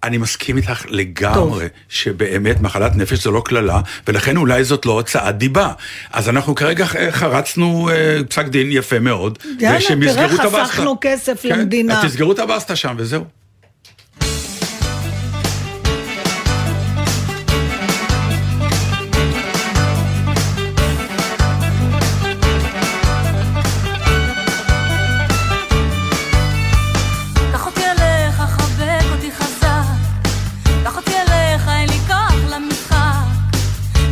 Speaker 4: אני מסכים איתך לגמרי,
Speaker 3: טוב.
Speaker 4: שבאמת מחלת נפש זו לא קללה, ולכן אולי זאת לא הוצאת דיבה. אז אנחנו כרגע אה, חרצנו אה, פסק דין יפה מאוד,
Speaker 3: יאללה,
Speaker 4: ושהם
Speaker 3: תראה,
Speaker 4: יסגרו את הבסטה.
Speaker 3: חסכנו כסף
Speaker 4: כן,
Speaker 3: למדינה.
Speaker 4: אז תסגרו את הבסטה שם וזהו.
Speaker 6: קח אותי אליך, חבק אותי חזק. קח אותי אליך, אין לי כוח למשחק.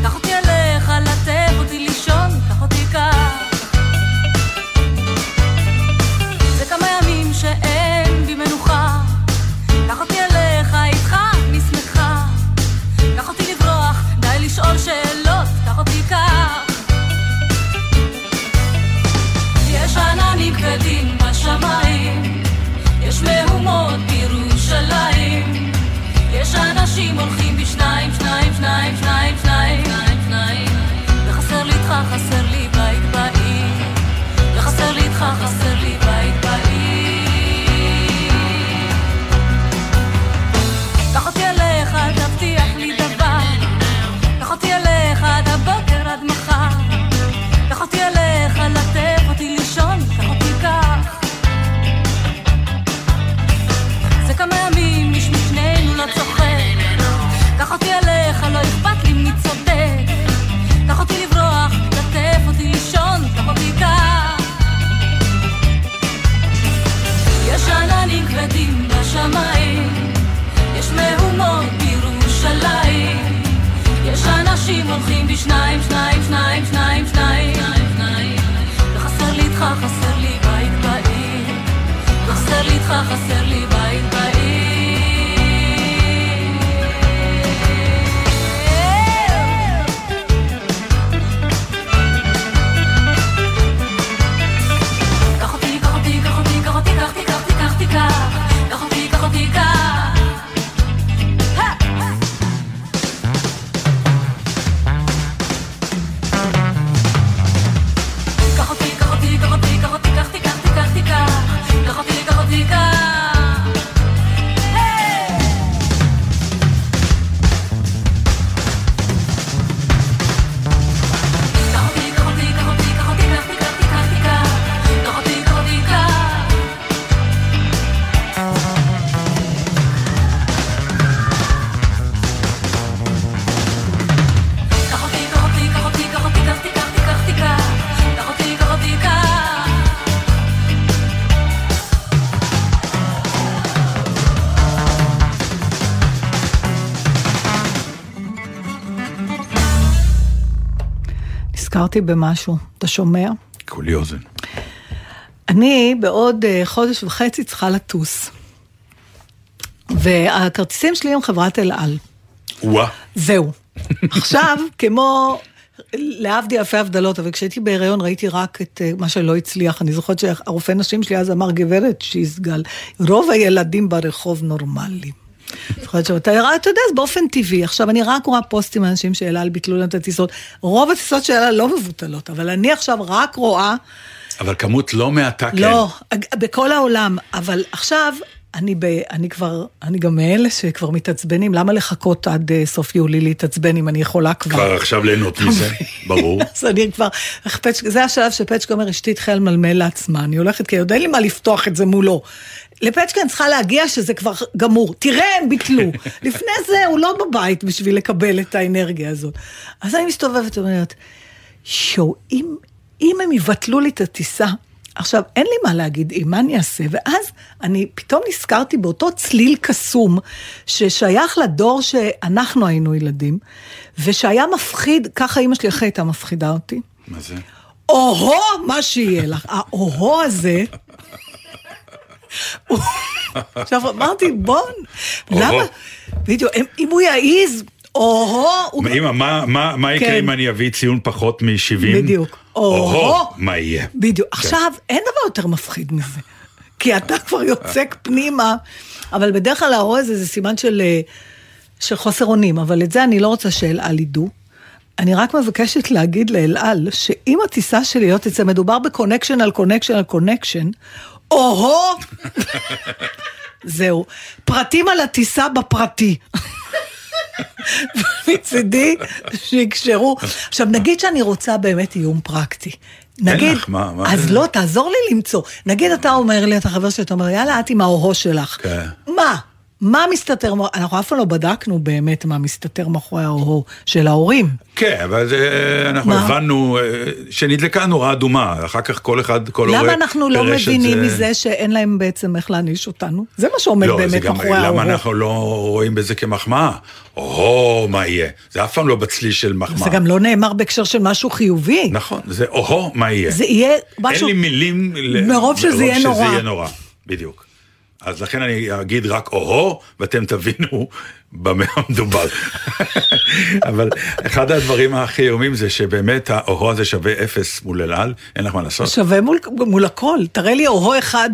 Speaker 6: קח אותי אליך, לטף אותי לישון, קח אותי כך. זה כמה ימים שאין בי מנוחה. קח אותי אליך, איתך אני שמחה. קח אותי לברוח, די לשאול שאלות, קח אותי כך. יש עננים כבדים בשמיים, יש מהומות בירושלים, יש אנשים הולכים בשניים, שניים, שניים, שניים, שניים, שניים, שניים, וחסר לי איתך, חסר לי בית בעיר, וחסר לי איתך, חסר לי בית בעיר. קח אותי אליך, תבטיח לי דבר, קח אותי אליך עד הבוקר, עד מחר. קח אותי אליך, לטף אותי לישון, קח אותי כך. זה כמה ימים, איש משנינו לא צוחק. קח אותי אליך, לא אכפת לי מי צודק. קח אותי לברוח, לטף אותי לישון, קח אותי כך. יש עננים כבדים בשמיים, יש מהומות בירושלים, יש אנשים הולכים בשניים, שניים, שניים, שניים, שניים, שניים, שניים, וחסר לי איתך, חסר לי בית בעיר, וחסר לי איתך, חסר לי בית בעיר. קח אותי, קח אותי, קח אותי, קח אותי, קח אותי, קח אותי, קח אותי, קח. קח אותי, קח אותי, קח. הא! קח אותי, קח אותי, קח אותי, קח אותי, קח אותי, קח אותי, קח אותי, קח. קח אותי, קח אותי, קח. היי! קח אותי, קח אותי, קח אותי, קח אותי, קח אותי, קח אותי, קח אותי, קח. קח אותי, קח אותי, קח. קח אותי, קח אותי, קח אותי, קח אותי, קח אותי, קח אותי, קח אותי, קח. קח אותי, קח אותי, קח.
Speaker 3: נזכרתי במשהו, אתה שומע?
Speaker 4: כולי אוזן.
Speaker 3: אני בעוד אה, חודש וחצי צריכה לטוס. והכרטיסים שלי הם חברת אל על.
Speaker 4: וואה.
Speaker 3: זהו. עכשיו, כמו, להבדיל אלפי הבדלות, אבל כשהייתי בהיריון ראיתי רק את אה, מה שלא הצליח. אני זוכרת שהרופא נשים שלי אז אמר, גברת שיסגל, רוב הילדים ברחוב נורמליים. זוכרת שאתה אתה יודע, זה באופן טבעי. עכשיו, אני רק רואה פוסטים מאנשים שאל על ביטלו להם את הטיסות. רוב הטיסות של אל על לא מבוטלות, אבל אני עכשיו רק רואה
Speaker 4: אבל כמות לא מעטה, כן.
Speaker 3: לא, אג- בכל העולם, אבל עכשיו... אני, ב, אני כבר, אני גם מאלה שכבר מתעצבנים, למה לחכות עד אה, סוף יולי להתעצבן אם אני יכולה כבר?
Speaker 4: כבר עכשיו ליהנות מזה, ברור.
Speaker 3: אז אני כבר, איך פצ'- זה השלב שפצ'קה אומר, אשתי התחילה למלמל לעצמה, אני הולכת, כי עוד אין לי מה לפתוח את זה מולו. לפצ'קה אני צריכה להגיע שזה כבר גמור, תראה, הם ביטלו. לפני זה הוא לא בבית בשביל לקבל את האנרגיה הזאת. אז אני מסתובבת ואומרת, שואו, אם, אם הם יבטלו לי את הטיסה, עכשיו, אין לי מה להגיד, "אה, מה אני אעשה? ואז אני פתאום נזכרתי באותו צליל קסום ששייך לדור שאנחנו היינו ילדים, ושהיה מפחיד, ככה אימא שלי אחרי הייתה מפחידה אותי.
Speaker 4: מה זה?
Speaker 3: או-הו, מה שיהיה לך. האו-הו הזה... הוא- עכשיו אמרתי, בוא, למה? בדיוק, אם- אם הוא יעיז, או-הו, הוא...
Speaker 4: אמא, מה- מה- מה יקרה
Speaker 3: כן.
Speaker 4: אם אני אביא ציון פחות מ-70?
Speaker 3: בדיוק.
Speaker 4: או-הו, מה יהיה?
Speaker 3: בדיוק. עכשיו, אין דבר יותר מפחיד מזה. כי אתה כבר יוצק פנימה, אבל בדרך כלל האו הזה זה סימן של, אה, של חוסר אונים, אבל את זה אני לא רוצה שאלעל ידעו. אני רק מבקשת להגיד לאלעל, שאם הטיסה שלי לא תצא, מדובר בקונקשן על קונקשן על קונקשן, או-הו! זהו. פרטים על הטיסה בפרטי. מצידי, שיקשרו. עכשיו, נגיד שאני רוצה באמת איום פרקטי. נגיד,
Speaker 4: לך, מה- מה-
Speaker 3: אז לא, תעזור לי למצוא. נגיד אתה אומר לי, אתה חבר שלי, אתה אומר, יאללה, את עם ההוהו שלך.
Speaker 4: כן.
Speaker 3: מה? מה מסתתר, מאח- אנחנו אף פעם לא בדקנו באמת מה מסתתר מאחורי ההוהו של ההורים.
Speaker 4: כן, אבל זה- אנחנו
Speaker 3: מה?
Speaker 4: הבנו אה, שנדלקה נורה אדומה, אחר כך כל אחד, כל הורה...
Speaker 3: למה אנחנו לא
Speaker 4: פירש את
Speaker 3: מבינים
Speaker 4: זה.
Speaker 3: מזה שאין להם בעצם איך להעניש אותנו? זה מה שעומד
Speaker 4: לא, זה
Speaker 3: באמת
Speaker 4: גם,
Speaker 3: מאחורי ההוהו.
Speaker 4: למה אנחנו לא רואים בזה כמחמאה? או-הו, מה יהיה? זה אף פעם לא בצליל של מחמאה.
Speaker 3: זה גם לא נאמר בהקשר של משהו חיובי.
Speaker 4: נכון, זה או-הו, מה יהיה?
Speaker 3: זה יהיה משהו...
Speaker 4: אין לי מילים... ל-
Speaker 3: מרוב שזה יהיה נורא.
Speaker 4: יהיה נורא, בדיוק. אז לכן אני אגיד רק או-הו, ואתם תבינו במה מדובר. אבל אחד הדברים הכי איומים זה שבאמת האו-הו הזה שווה אפס מול אל על, אין לך מה לעשות.
Speaker 3: שווה מול, מול הכל, תראה לי אוהו אחד.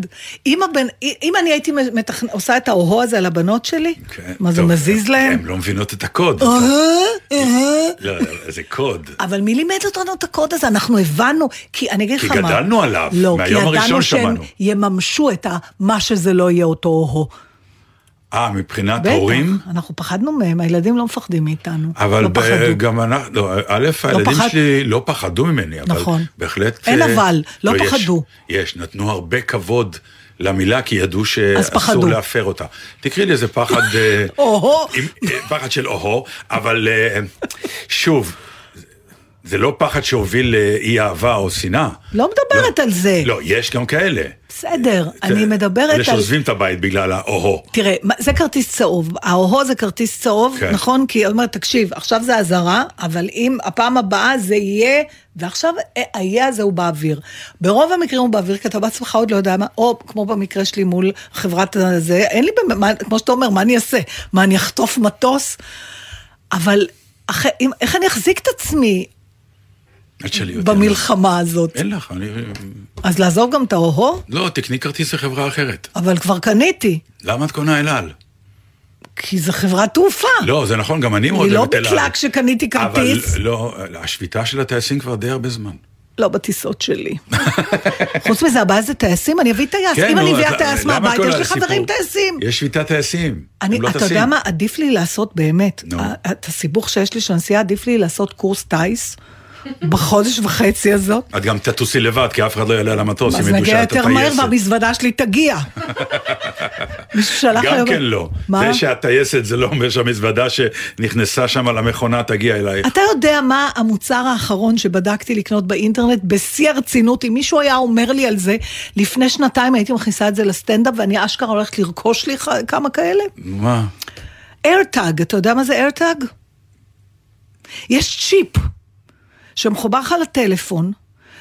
Speaker 3: אם, הבן, אם אני הייתי מתכנ... עושה את האוהו הזה על הבנות שלי,
Speaker 4: כן,
Speaker 3: מה זה
Speaker 4: טוב,
Speaker 3: מזיז להם?
Speaker 4: הן לא מבינות את הקוד.
Speaker 3: אה, אה.
Speaker 4: לא, לא, זה קוד.
Speaker 3: אבל מי לימד אותנו את הקוד הזה? אנחנו הבנו, כי אני אגיד
Speaker 4: כי
Speaker 3: לך מה.
Speaker 4: גדלנו עליו,
Speaker 3: לא, כי
Speaker 4: מהיום
Speaker 3: ידענו
Speaker 4: הראשון
Speaker 3: שהם
Speaker 4: שמענו.
Speaker 3: יממשו את ה... מה שזה לא יהיה אותו אוהו.
Speaker 4: אה, מבחינת הורים?
Speaker 3: בטח, אנחנו פחדנו מהם, הילדים לא מפחדים מאיתנו.
Speaker 4: אבל
Speaker 3: לא
Speaker 4: ב-
Speaker 3: פחדו.
Speaker 4: גם אנחנו, לא, א', הילדים
Speaker 3: פחד-
Speaker 4: שלי לא פחדו ממני, אבל
Speaker 3: נכון.
Speaker 4: בהחלט...
Speaker 3: אין
Speaker 4: אה,
Speaker 3: אבל, לא
Speaker 4: יש,
Speaker 3: פחדו.
Speaker 4: יש, נתנו הרבה כבוד למילה, כי ידעו
Speaker 3: אז פחדו.
Speaker 4: שאסור להפר אותה. תקראי לי איזה פחד... אה,
Speaker 3: אוהו.
Speaker 4: עם- אה, פחד של אוהו, אבל אה, שוב, זה לא פחד שהוביל לאי אהבה או שנאה.
Speaker 3: לא מדברת על זה.
Speaker 4: לא, יש גם כאלה.
Speaker 3: בסדר, אני
Speaker 4: אה,
Speaker 3: מדברת על...
Speaker 4: אלה שעוזבים את הבית בגלל האוהו.
Speaker 3: תראה, מה- זה כרטיס צהוב, ההוהו זה כרטיס צהוב, כן.
Speaker 4: כן.
Speaker 3: נכון? כי הוא אומר, תקשיב, עכשיו זה אזהרה, אבל אם הפעם הבאה זה יהיה, ועכשיו אה, היה הזה הוא באוויר. ברוב המקרים הוא באוויר, כי אתה בעצמך עוד לא יודע מה, או כמו במקרה שלי מול חברת הזה, אין לי, באמת- מה, כמו שאתה אומר, מה אני אעשה? מה, אני אחטוף מטוס? אבל אחרי, אם, איך אני אחזיק את עצמי
Speaker 4: את שלי יותר. לא.
Speaker 3: במלחמה הזאת?
Speaker 4: אין לך, אני...
Speaker 3: אז לעזוב גם את ההוהו?
Speaker 4: לא, תקני כרטיס לחברה אחרת.
Speaker 3: אבל כבר קניתי,
Speaker 4: למה את קונה אל על?
Speaker 3: כי זו חברת תעופה.
Speaker 4: לא, זה נכון, גם אני מאוד
Speaker 3: אני לא
Speaker 4: אוהב את אל על.
Speaker 3: בקלק שקניתי כרטיס.
Speaker 4: אבל לא, השביתה של הטייסים כבר די הרבה זמן.
Speaker 3: לא בטיסות שלי. חוץ מזה, הבעיה זה טייסים, אני אביא טייס.
Speaker 4: כן,
Speaker 3: אם
Speaker 4: נו,
Speaker 3: אני מביאה
Speaker 4: אתה-
Speaker 3: טייס
Speaker 4: למה
Speaker 3: מהבית,
Speaker 4: כל
Speaker 3: יש לי
Speaker 4: הסיפור?
Speaker 3: חברים טייסים.
Speaker 4: יש שביתת טייסים,
Speaker 3: אני,
Speaker 4: הם לא
Speaker 3: אתה
Speaker 4: טסים.
Speaker 3: יודע מה, עדיף לי לעשות באמת,
Speaker 4: נו.
Speaker 3: ה- את הסיבוך שיש לי של הנסיעה, עדיף לי לעשות קורס טיס בחודש וחצי הזאת.
Speaker 4: את גם תטוסי לבד, כי אף אחד לא יעלה על המטוס,
Speaker 3: אז
Speaker 4: אם ידעו
Speaker 3: נגיע
Speaker 4: שאת
Speaker 3: יותר מהר
Speaker 4: הטייסת.
Speaker 3: והמזוודה שלי תגיע. מישהו שלח לי...
Speaker 4: גם
Speaker 3: היום-
Speaker 4: כן לא.
Speaker 3: מה?
Speaker 4: זה שהטייסת זה לא אומר שהמזוודה שנכנסה שם למכונה תגיע אלייך.
Speaker 3: אתה יודע מה המוצר האחרון שבדקתי לקנות באינטרנט בשיא הרצינות? אם מישהו היה אומר לי על זה לפני שנתיים, הייתי מכניסה את זה לסטנדאפ ואני אשכרה הולכת לרכוש לי ח- כמה כאלה?
Speaker 4: מה?
Speaker 3: איירטאג, אתה יודע מה זה איירטאג? יש צ'יפ שמחובר לך לטלפון,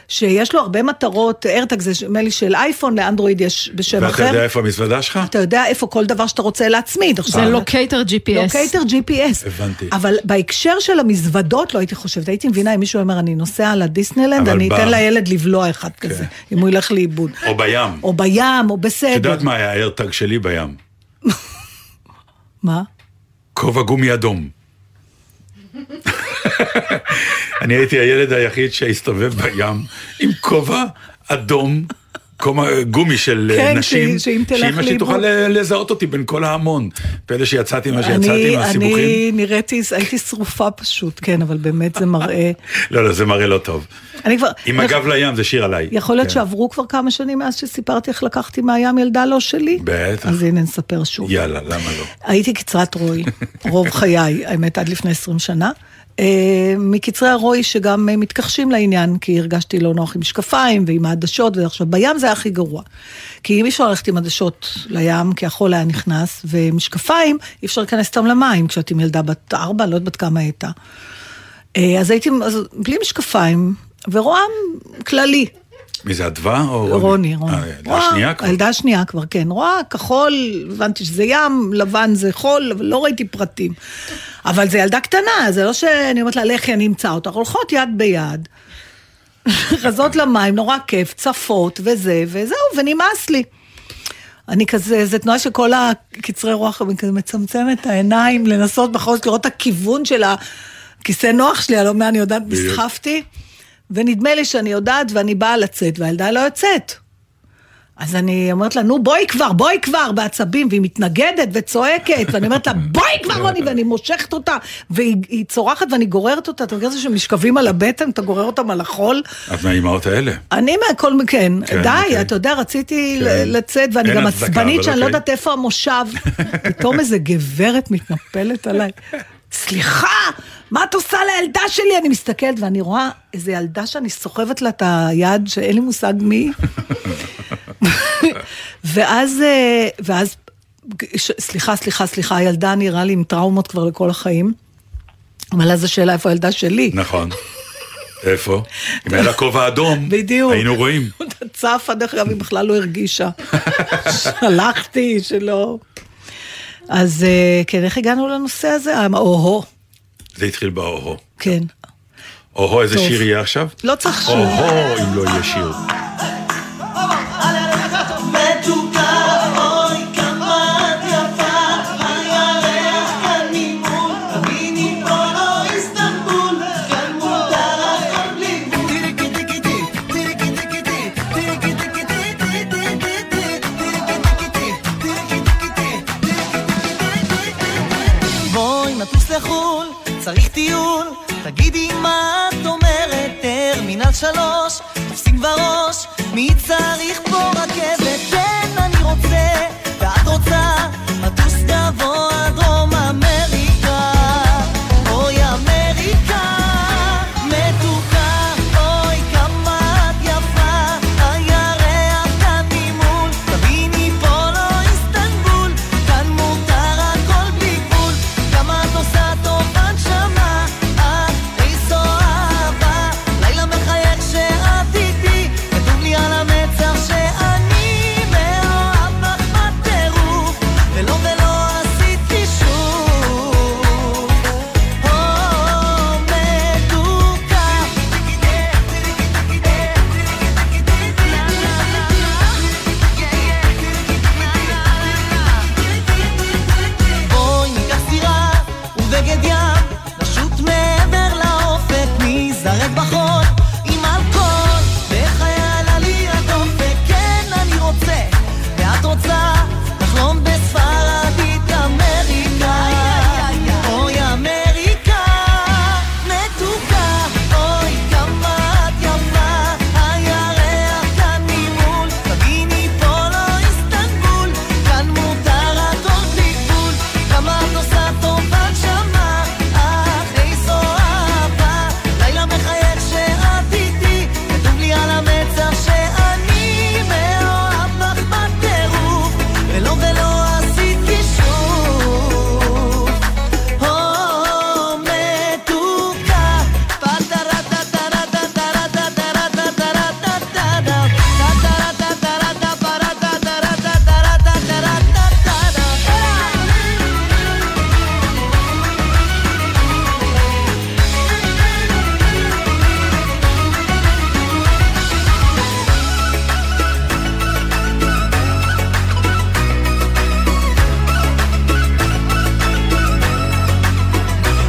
Speaker 3: שיש לו הרבה מטרות, איירטאג זה נדמה לי של אייפון, לאנדרואיד יש בשם
Speaker 4: ואתה
Speaker 3: אחר.
Speaker 4: יודע איפה המזוודה שלך?
Speaker 3: אתה יודע איפה כל דבר שאתה רוצה להצמיד.
Speaker 5: זה
Speaker 4: אה. לא
Speaker 5: לוקייטר GPS.
Speaker 3: לוקייטר GPS.
Speaker 4: הבנתי.
Speaker 3: אבל בהקשר של המזוודות לא הייתי חושבת, הייתי מבינה אם מישהו אומר, אני נוסע לדיסנילנד,
Speaker 4: אבל
Speaker 3: אני
Speaker 4: ב- כן.
Speaker 3: אתן לילד לבלוע אחד כזה, אם הוא ילך לאיבוד.
Speaker 4: או בים.
Speaker 3: או בים, או
Speaker 4: את
Speaker 3: בסדר.
Speaker 4: יודעת מה היה האיירטג שלי בים?
Speaker 3: מה?
Speaker 4: כובע גומי אדום. אני הייתי הילד היחיד שהסתובב בים עם כובע אדום, כובע גומי של אה,
Speaker 3: כן,
Speaker 4: נשים,
Speaker 3: ש- שאם תלך
Speaker 4: שאמא שלי
Speaker 3: לאיבוד-
Speaker 4: תוכל ל- לזהות אותי בין כל ההמון. פלא שיצאתי מה שיצאתי
Speaker 3: אני,
Speaker 4: מהסיבוכים.
Speaker 3: אני נראיתי, הייתי שרופה פשוט, כן, אבל באמת זה מראה.
Speaker 4: לא, לא, זה מראה לא טוב.
Speaker 3: אני כבר...
Speaker 4: עם
Speaker 3: איך-
Speaker 4: הגב לים זה שיר עליי.
Speaker 3: יכול להיות
Speaker 4: כן.
Speaker 3: שעברו כבר כמה שנים מאז שסיפרתי איך לקחתי מהים ילדה לא שלי?
Speaker 4: בטח.
Speaker 3: אז הנה נספר שוב.
Speaker 4: יאללה, למה לא?
Speaker 3: הייתי קצרת רוי, רוב חיי, האמת, עד לפני 20 שנה. אה, מקצרי הרוי שגם אה, מתכחשים לעניין, כי הרגשתי לא נוח עם משקפיים ועם העדשות, ועכשיו בים זה היה הכי גרוע. כי אי אפשר ללכת עם עדשות לים, כי החול היה נכנס, ומשקפיים אי אפשר להיכנס סתם למים, כשאת עם ילדה בת ארבע, לא יודעת בת כמה הייתה. אה, אז הייתי אז בלי משקפיים, ורועם כללי.
Speaker 4: מי זה אדווה או
Speaker 3: רוני, רוני.
Speaker 4: אה, הילדה השנייה כבר.
Speaker 3: הילדה השנייה כבר, כן. רואה כחול, הבנתי שזה ים, לבן זה חול, אבל לא ראיתי פרטים. אבל זו ילדה קטנה, זה לא שאני אומרת לה, לכי, אני אמצא אותך. הולכות יד ביד, רזות למים, נורא כיף, צפות וזה, וזהו, ונמאס לי. אני כזה, זו תנועה שכל הקצרי רוח, אני כזה מצמצמת את העיניים, לנסות בכל זאת לראות את הכיוון של הכיסא נוח שלי, הלא מה אני יודעת,
Speaker 4: בדיוק.
Speaker 3: נסחפתי, ונדמה לי שאני יודעת ואני באה לצאת, והילדה לא יוצאת. אז אני אומרת לה, נו בואי כבר, בואי כבר, בעצבים, והיא מתנגדת וצועקת, ואני אומרת לה, בואי כבר רוני, ואני מושכת אותה, והיא היא צורחת ואני גוררת אותה, אתה מכיר את זה שמשכבים על הבטן, אתה גורר אותם על החול?
Speaker 4: את מהאימהות האלה.
Speaker 3: אני מהכל, כן,
Speaker 4: כן,
Speaker 3: די,
Speaker 4: אוקיי.
Speaker 3: אתה יודע, רציתי
Speaker 4: כן.
Speaker 3: ל- לצאת, ואני
Speaker 4: אין
Speaker 3: גם
Speaker 4: הצדקה,
Speaker 3: עצבנית
Speaker 4: אבל
Speaker 3: שאני לא
Speaker 4: אוקיי.
Speaker 3: יודעת איפה המושב. פתאום איזה גברת מתנפלת עליי. סליחה, מה את עושה לילדה שלי? אני מסתכלת ואני רואה איזה ילדה שאני סוחבת לה את היד, שאין לי מושג מי. היא. ואז, אה, ואז, ש- סליחה, סליחה, סליחה, הילדה נראה לי עם טראומות כבר לכל החיים. אבל אז השאלה איפה הילדה שלי.
Speaker 4: נכון. איפה? אם היה לה כובע אדום,
Speaker 3: בדיוק.
Speaker 4: היינו רואים.
Speaker 3: צפה, דרך אגב, היא בכלל לא הרגישה. שלחתי, שלא... אז אה, כן, איך הגענו לנושא הזה? אה, או-הו,
Speaker 4: זה התחיל באו-הו.
Speaker 3: כן.
Speaker 4: או-הו, איזה
Speaker 3: טוב.
Speaker 4: שיר יהיה עכשיו?
Speaker 3: לא צריך שום.
Speaker 4: או-הו, אם לא יהיה שיר.
Speaker 7: בואי נטוס לחו"ל, צריך טיול, תגידי מה את אומרת, טרמינל שלוש, תפסיק בראש, מי צריך פה רכבת? כן, אני רוצה, ואת רוצה, מטוס גבוה, דרום אמריקה, אוי אמריקה, מתוקה, אוי כמה את יפה, הירח כאן ממול, תביני פה לא איסטנבול, כאן מותר הכל בלי גבול, כמה את עושה טוב הנשמה, את איזו אהבה, לילה מחייך שאת איתי, כתוב לי על המצח שאני מאוהב בך בטירוף, ולא ולא עשית לי שוב. או, מתוקה. בואי ניקח סירה ובגד ים, נשוט מעבר לאופק, ניזרד בחול עם אלכוהול, וחייל עלי הדופק. כן, אני רוצה, ואת רוצה, לחלום בספרדית אמריקה. אוי אמריקה, מתוקה, אוי כמה את יפה, הירח כאן ממול, תביני פה לא איסטנבול, כאן מותר הכל בלי גבול, כמה את עושה טוב בנשמה, אך איזו אהבה, לילה מחייך שאת איתי, כתוב לי על המצח שאני מאוהב בך בטירוף, ולא ולא עשיתי שוב. הו, מתוקה, פטרה-טה-טרה-טה-טרה-טה-טרה-טה-טרה-טה-טרה-טה-טרה-טה-טרה-טה-טרה-טה-טרה-טה-טרה-טה-טרה-טה-טרה-טה-טרה-טה-טרה-טה-טרה-טה-טרה-טה-טרה-טה-טרה-טה-טרה-טה-טרה-טה-טרה-טה-טרה-טה-טרה-טה-טרה-טה-טרה-טה-טרה-טה-טרה-טה-טרה-טה-טרה-טה-טרה-טה-טרה-טה-טרה-טה-טרה-טה-טרה-טה-טרה-טה-טרה-טה-טרה-טה-טרה-טה-טרה-טה-טרה-טה-טרה-טה-טרה-טה-טרה-טה-טרה-טה-טרה-טה-טרה-טה-טרה-טה-טרה-טה-טרה-טה-טרה-טה-טרה-טה-טרה-טה-טרה-טה-טרה-טה-טרה-טה-טרה-טה-טרה-טה-טרה-טה-טרה-טה-טרה-טה-טרה-טה-טרה-טה-טרה-טה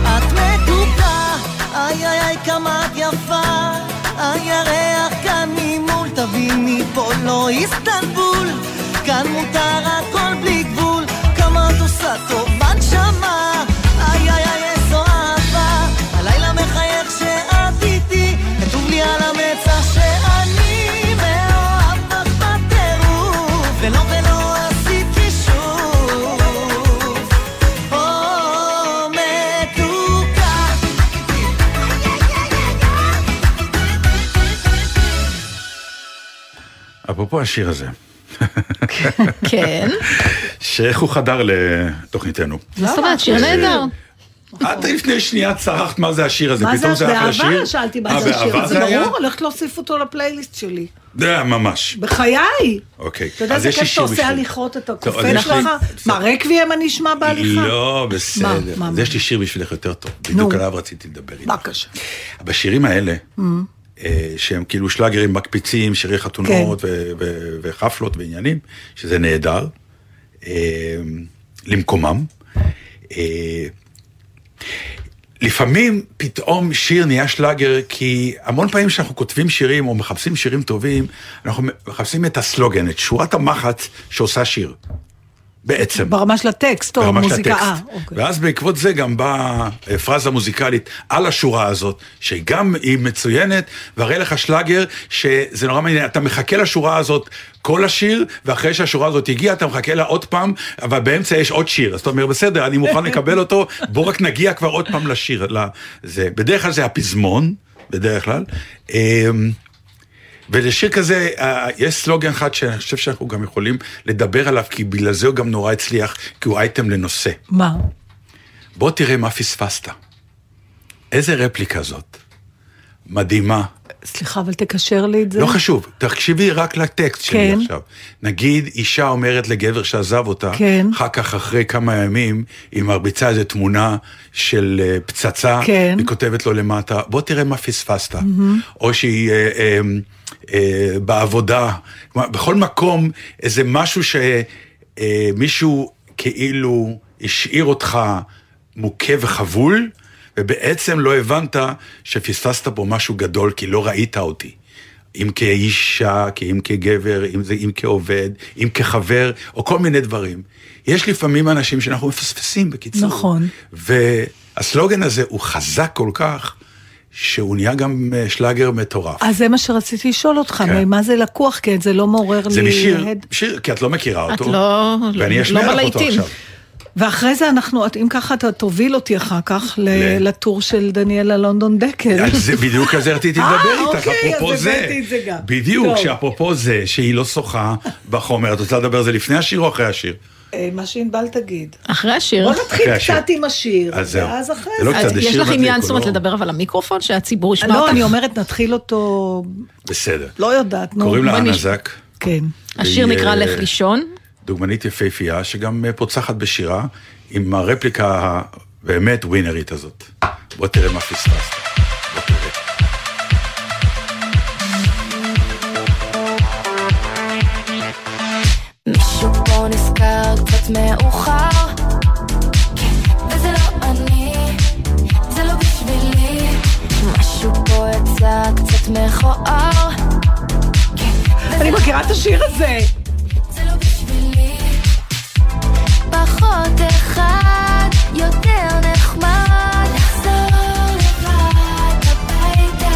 Speaker 7: את מתוקה, איי איי איי כמה את יפה, הירח כאן ממול, תביני פה לא איסטנבול, כאן מותר הכל בלי גבול, כמה את עושה טוב בנשמה, איי איי איי איזו אהבה, הלילה מחייך שאת איתי, כתוב לי על המצח שאני מאוהב בך בטירוף, ולא ולא עשית חישוב. או, מתוקה,
Speaker 4: אפרופו השיר הזה,
Speaker 5: כן.
Speaker 4: שאיך הוא חדר לתוכניתנו.
Speaker 5: מה זאת אומרת, שיר
Speaker 4: אה.
Speaker 5: נהדר.
Speaker 4: את לפני שנייה צרחת מה זה השיר הזה,
Speaker 3: לא. מה זה,
Speaker 4: פתאום זה אחלה שיר.
Speaker 3: באהבה שאלתי מה
Speaker 4: אה,
Speaker 3: זה השיר,
Speaker 4: באהבה
Speaker 3: זה
Speaker 4: היה?
Speaker 3: ברור, הולכת להוסיף אותו לפלייליסט שלי.
Speaker 4: זה ממש.
Speaker 3: בחיי!
Speaker 4: אוקיי,
Speaker 3: אתה יודע
Speaker 4: אז
Speaker 3: איזה
Speaker 4: יש לי
Speaker 3: כיף שאתה
Speaker 4: שיר
Speaker 3: עושה
Speaker 4: בשביל-
Speaker 3: הליכות, אתה
Speaker 4: טוב, אז
Speaker 3: קופץ
Speaker 4: יש לי-
Speaker 3: לך? מה, רקוויאם אני אשמע בהליכה?
Speaker 4: לא, בסדר.
Speaker 3: מה,
Speaker 4: אז
Speaker 3: מה?
Speaker 4: יש לי שיר בשבילך יותר טוב. בדיוק עליו רציתי לדבר איתך.
Speaker 3: בבקשה.
Speaker 4: בשירים האלה, אה, שהם כאילו שלאגרים מקפיצים, שירי חתונות ו- ו- וחפלות ועניינים, שזה נהדר, אה, למקומם. אה, לפעמים פתאום שיר נהיה שלאגר, כי המון פעמים כשאנחנו כותבים שירים או מחפשים שירים טובים, אנחנו מחפשים את הסלוגן, את שורת המחץ שעושה שיר. בעצם.
Speaker 3: ברמה של הטקסט או
Speaker 4: ברמה של
Speaker 3: המוזיקה? אה,
Speaker 4: הטקסט.
Speaker 3: אוקיי.
Speaker 4: ואז בעקבות זה גם באה אה, פרזה מוזיקלית על השורה הזאת, שגם היא מצוינת, והרי לך שלאגר, שזה נורא מעניין, אתה מחכה לשורה הזאת כל השיר, ואחרי שהשורה הזאת הגיעה, אתה מחכה לה עוד פעם, אבל באמצע יש עוד שיר. אז אתה אומר, בסדר, אני מוכן לקבל אותו, בוא רק נגיע כבר עוד פעם לשיר. לזה. בדרך כלל זה הפזמון, בדרך כלל. אמ, ולשיר כזה, אה, יש סלוגן אחד שאני חושב שאנחנו גם יכולים לדבר עליו, כי בגלל זה הוא גם נורא הצליח, כי הוא אייטם לנושא.
Speaker 3: מה?
Speaker 4: בוא תראה מה פספסת. איזה רפליקה זאת. מדהימה.
Speaker 3: סליחה, אבל תקשר לי את זה.
Speaker 4: לא חשוב, תקשיבי רק לטקסט שלי
Speaker 3: כן.
Speaker 4: עכשיו. נגיד, אישה אומרת לגבר שעזב אותה,
Speaker 3: כן.
Speaker 4: אחר כך, אחרי כמה ימים, היא מרביצה איזו תמונה של אה, פצצה,
Speaker 3: כן.
Speaker 4: היא כותבת לו למטה, בוא תראה מה פספסת. או שהיא אה, אה, אה, בעבודה, כלומר, בכל מקום, איזה משהו שמישהו כאילו השאיר אותך מוכה וחבול, ובעצם לא הבנת שפספסת פה משהו גדול, כי לא ראית אותי. אם כאישה, כי אם כגבר, אם זה אם כעובד, אם כחבר, או כל מיני דברים. יש לפעמים אנשים שאנחנו מפספסים, בקיצור.
Speaker 3: נכון.
Speaker 4: והסלוגן הזה הוא חזק כל כך, שהוא נהיה גם אה, שלאגר מטורף.
Speaker 3: אז זה מה שרציתי לשאול אותך,
Speaker 4: כן.
Speaker 3: מה זה לקוח? כי זה לא מעורר לי...
Speaker 4: זה משיר,
Speaker 3: הד-
Speaker 4: שיר, כי את לא מכירה
Speaker 5: את
Speaker 4: אותו.
Speaker 5: לא-
Speaker 4: ואני
Speaker 5: לא
Speaker 4: אשמיע לך אותו
Speaker 5: בלהיטים.
Speaker 4: עכשיו.
Speaker 3: ואחרי זה אנחנו, אם ככה אתה תוביל אותי אחר כך ל-
Speaker 4: ל-
Speaker 3: לטור של דניאלה לונדון דקל.
Speaker 4: על זה בדיוק על זה רציתי
Speaker 3: אה,
Speaker 4: לדבר איתך,
Speaker 3: אוקיי, אז
Speaker 4: אפרופו זה.
Speaker 3: הבאתי את זה גם.
Speaker 4: בדיוק,
Speaker 3: טוב.
Speaker 4: שאפרופו זה, שהיא לא שוחה בחומר, את רוצה לדבר על זה לפני השיר או אחרי השיר?
Speaker 3: אה, מה שענבל תגיד.
Speaker 5: אחרי השיר.
Speaker 3: בוא נתחיל
Speaker 4: אחרי השיר.
Speaker 3: קצת עם השיר,
Speaker 4: כן, אז זהו.
Speaker 3: ואז אחרי
Speaker 4: זה לא
Speaker 3: זה.
Speaker 4: קצת,
Speaker 5: אז
Speaker 4: זה
Speaker 5: יש
Speaker 4: שיר
Speaker 5: לך
Speaker 4: מדליק,
Speaker 5: עניין,
Speaker 4: הוא
Speaker 5: זאת אומרת,
Speaker 4: לא-
Speaker 5: לדבר אבל למיקרופון, שהציבור ישמע
Speaker 3: לא,
Speaker 5: אותך.
Speaker 3: אני אומרת, נתחיל אותו,
Speaker 4: בסדר.
Speaker 3: לא יודעת, נו.
Speaker 4: קוראים לה
Speaker 3: בוא
Speaker 4: אנה
Speaker 3: נש-
Speaker 4: זק.
Speaker 3: כן.
Speaker 5: השיר
Speaker 4: והיא,
Speaker 5: נקרא
Speaker 4: אה,
Speaker 5: לך לישון.
Speaker 4: דוגמנית יפהפייה, שגם אה, פוצחת בשירה, עם הרפליקה הבאמת ווינרית הזאת. בוא תראה מה פספסת. בוא תראה.
Speaker 6: מישהו פה נזכר קצת מאוחר כן, וזה לא אני, זה לא בשבילי משהו פה יצא קצת מכוער כן, וזה
Speaker 3: אני
Speaker 6: לא
Speaker 3: מכירה את השיר הזה.
Speaker 6: זה לא בשבילי. פחות אחד, יותר נחמד. לחזור לבד הביתה.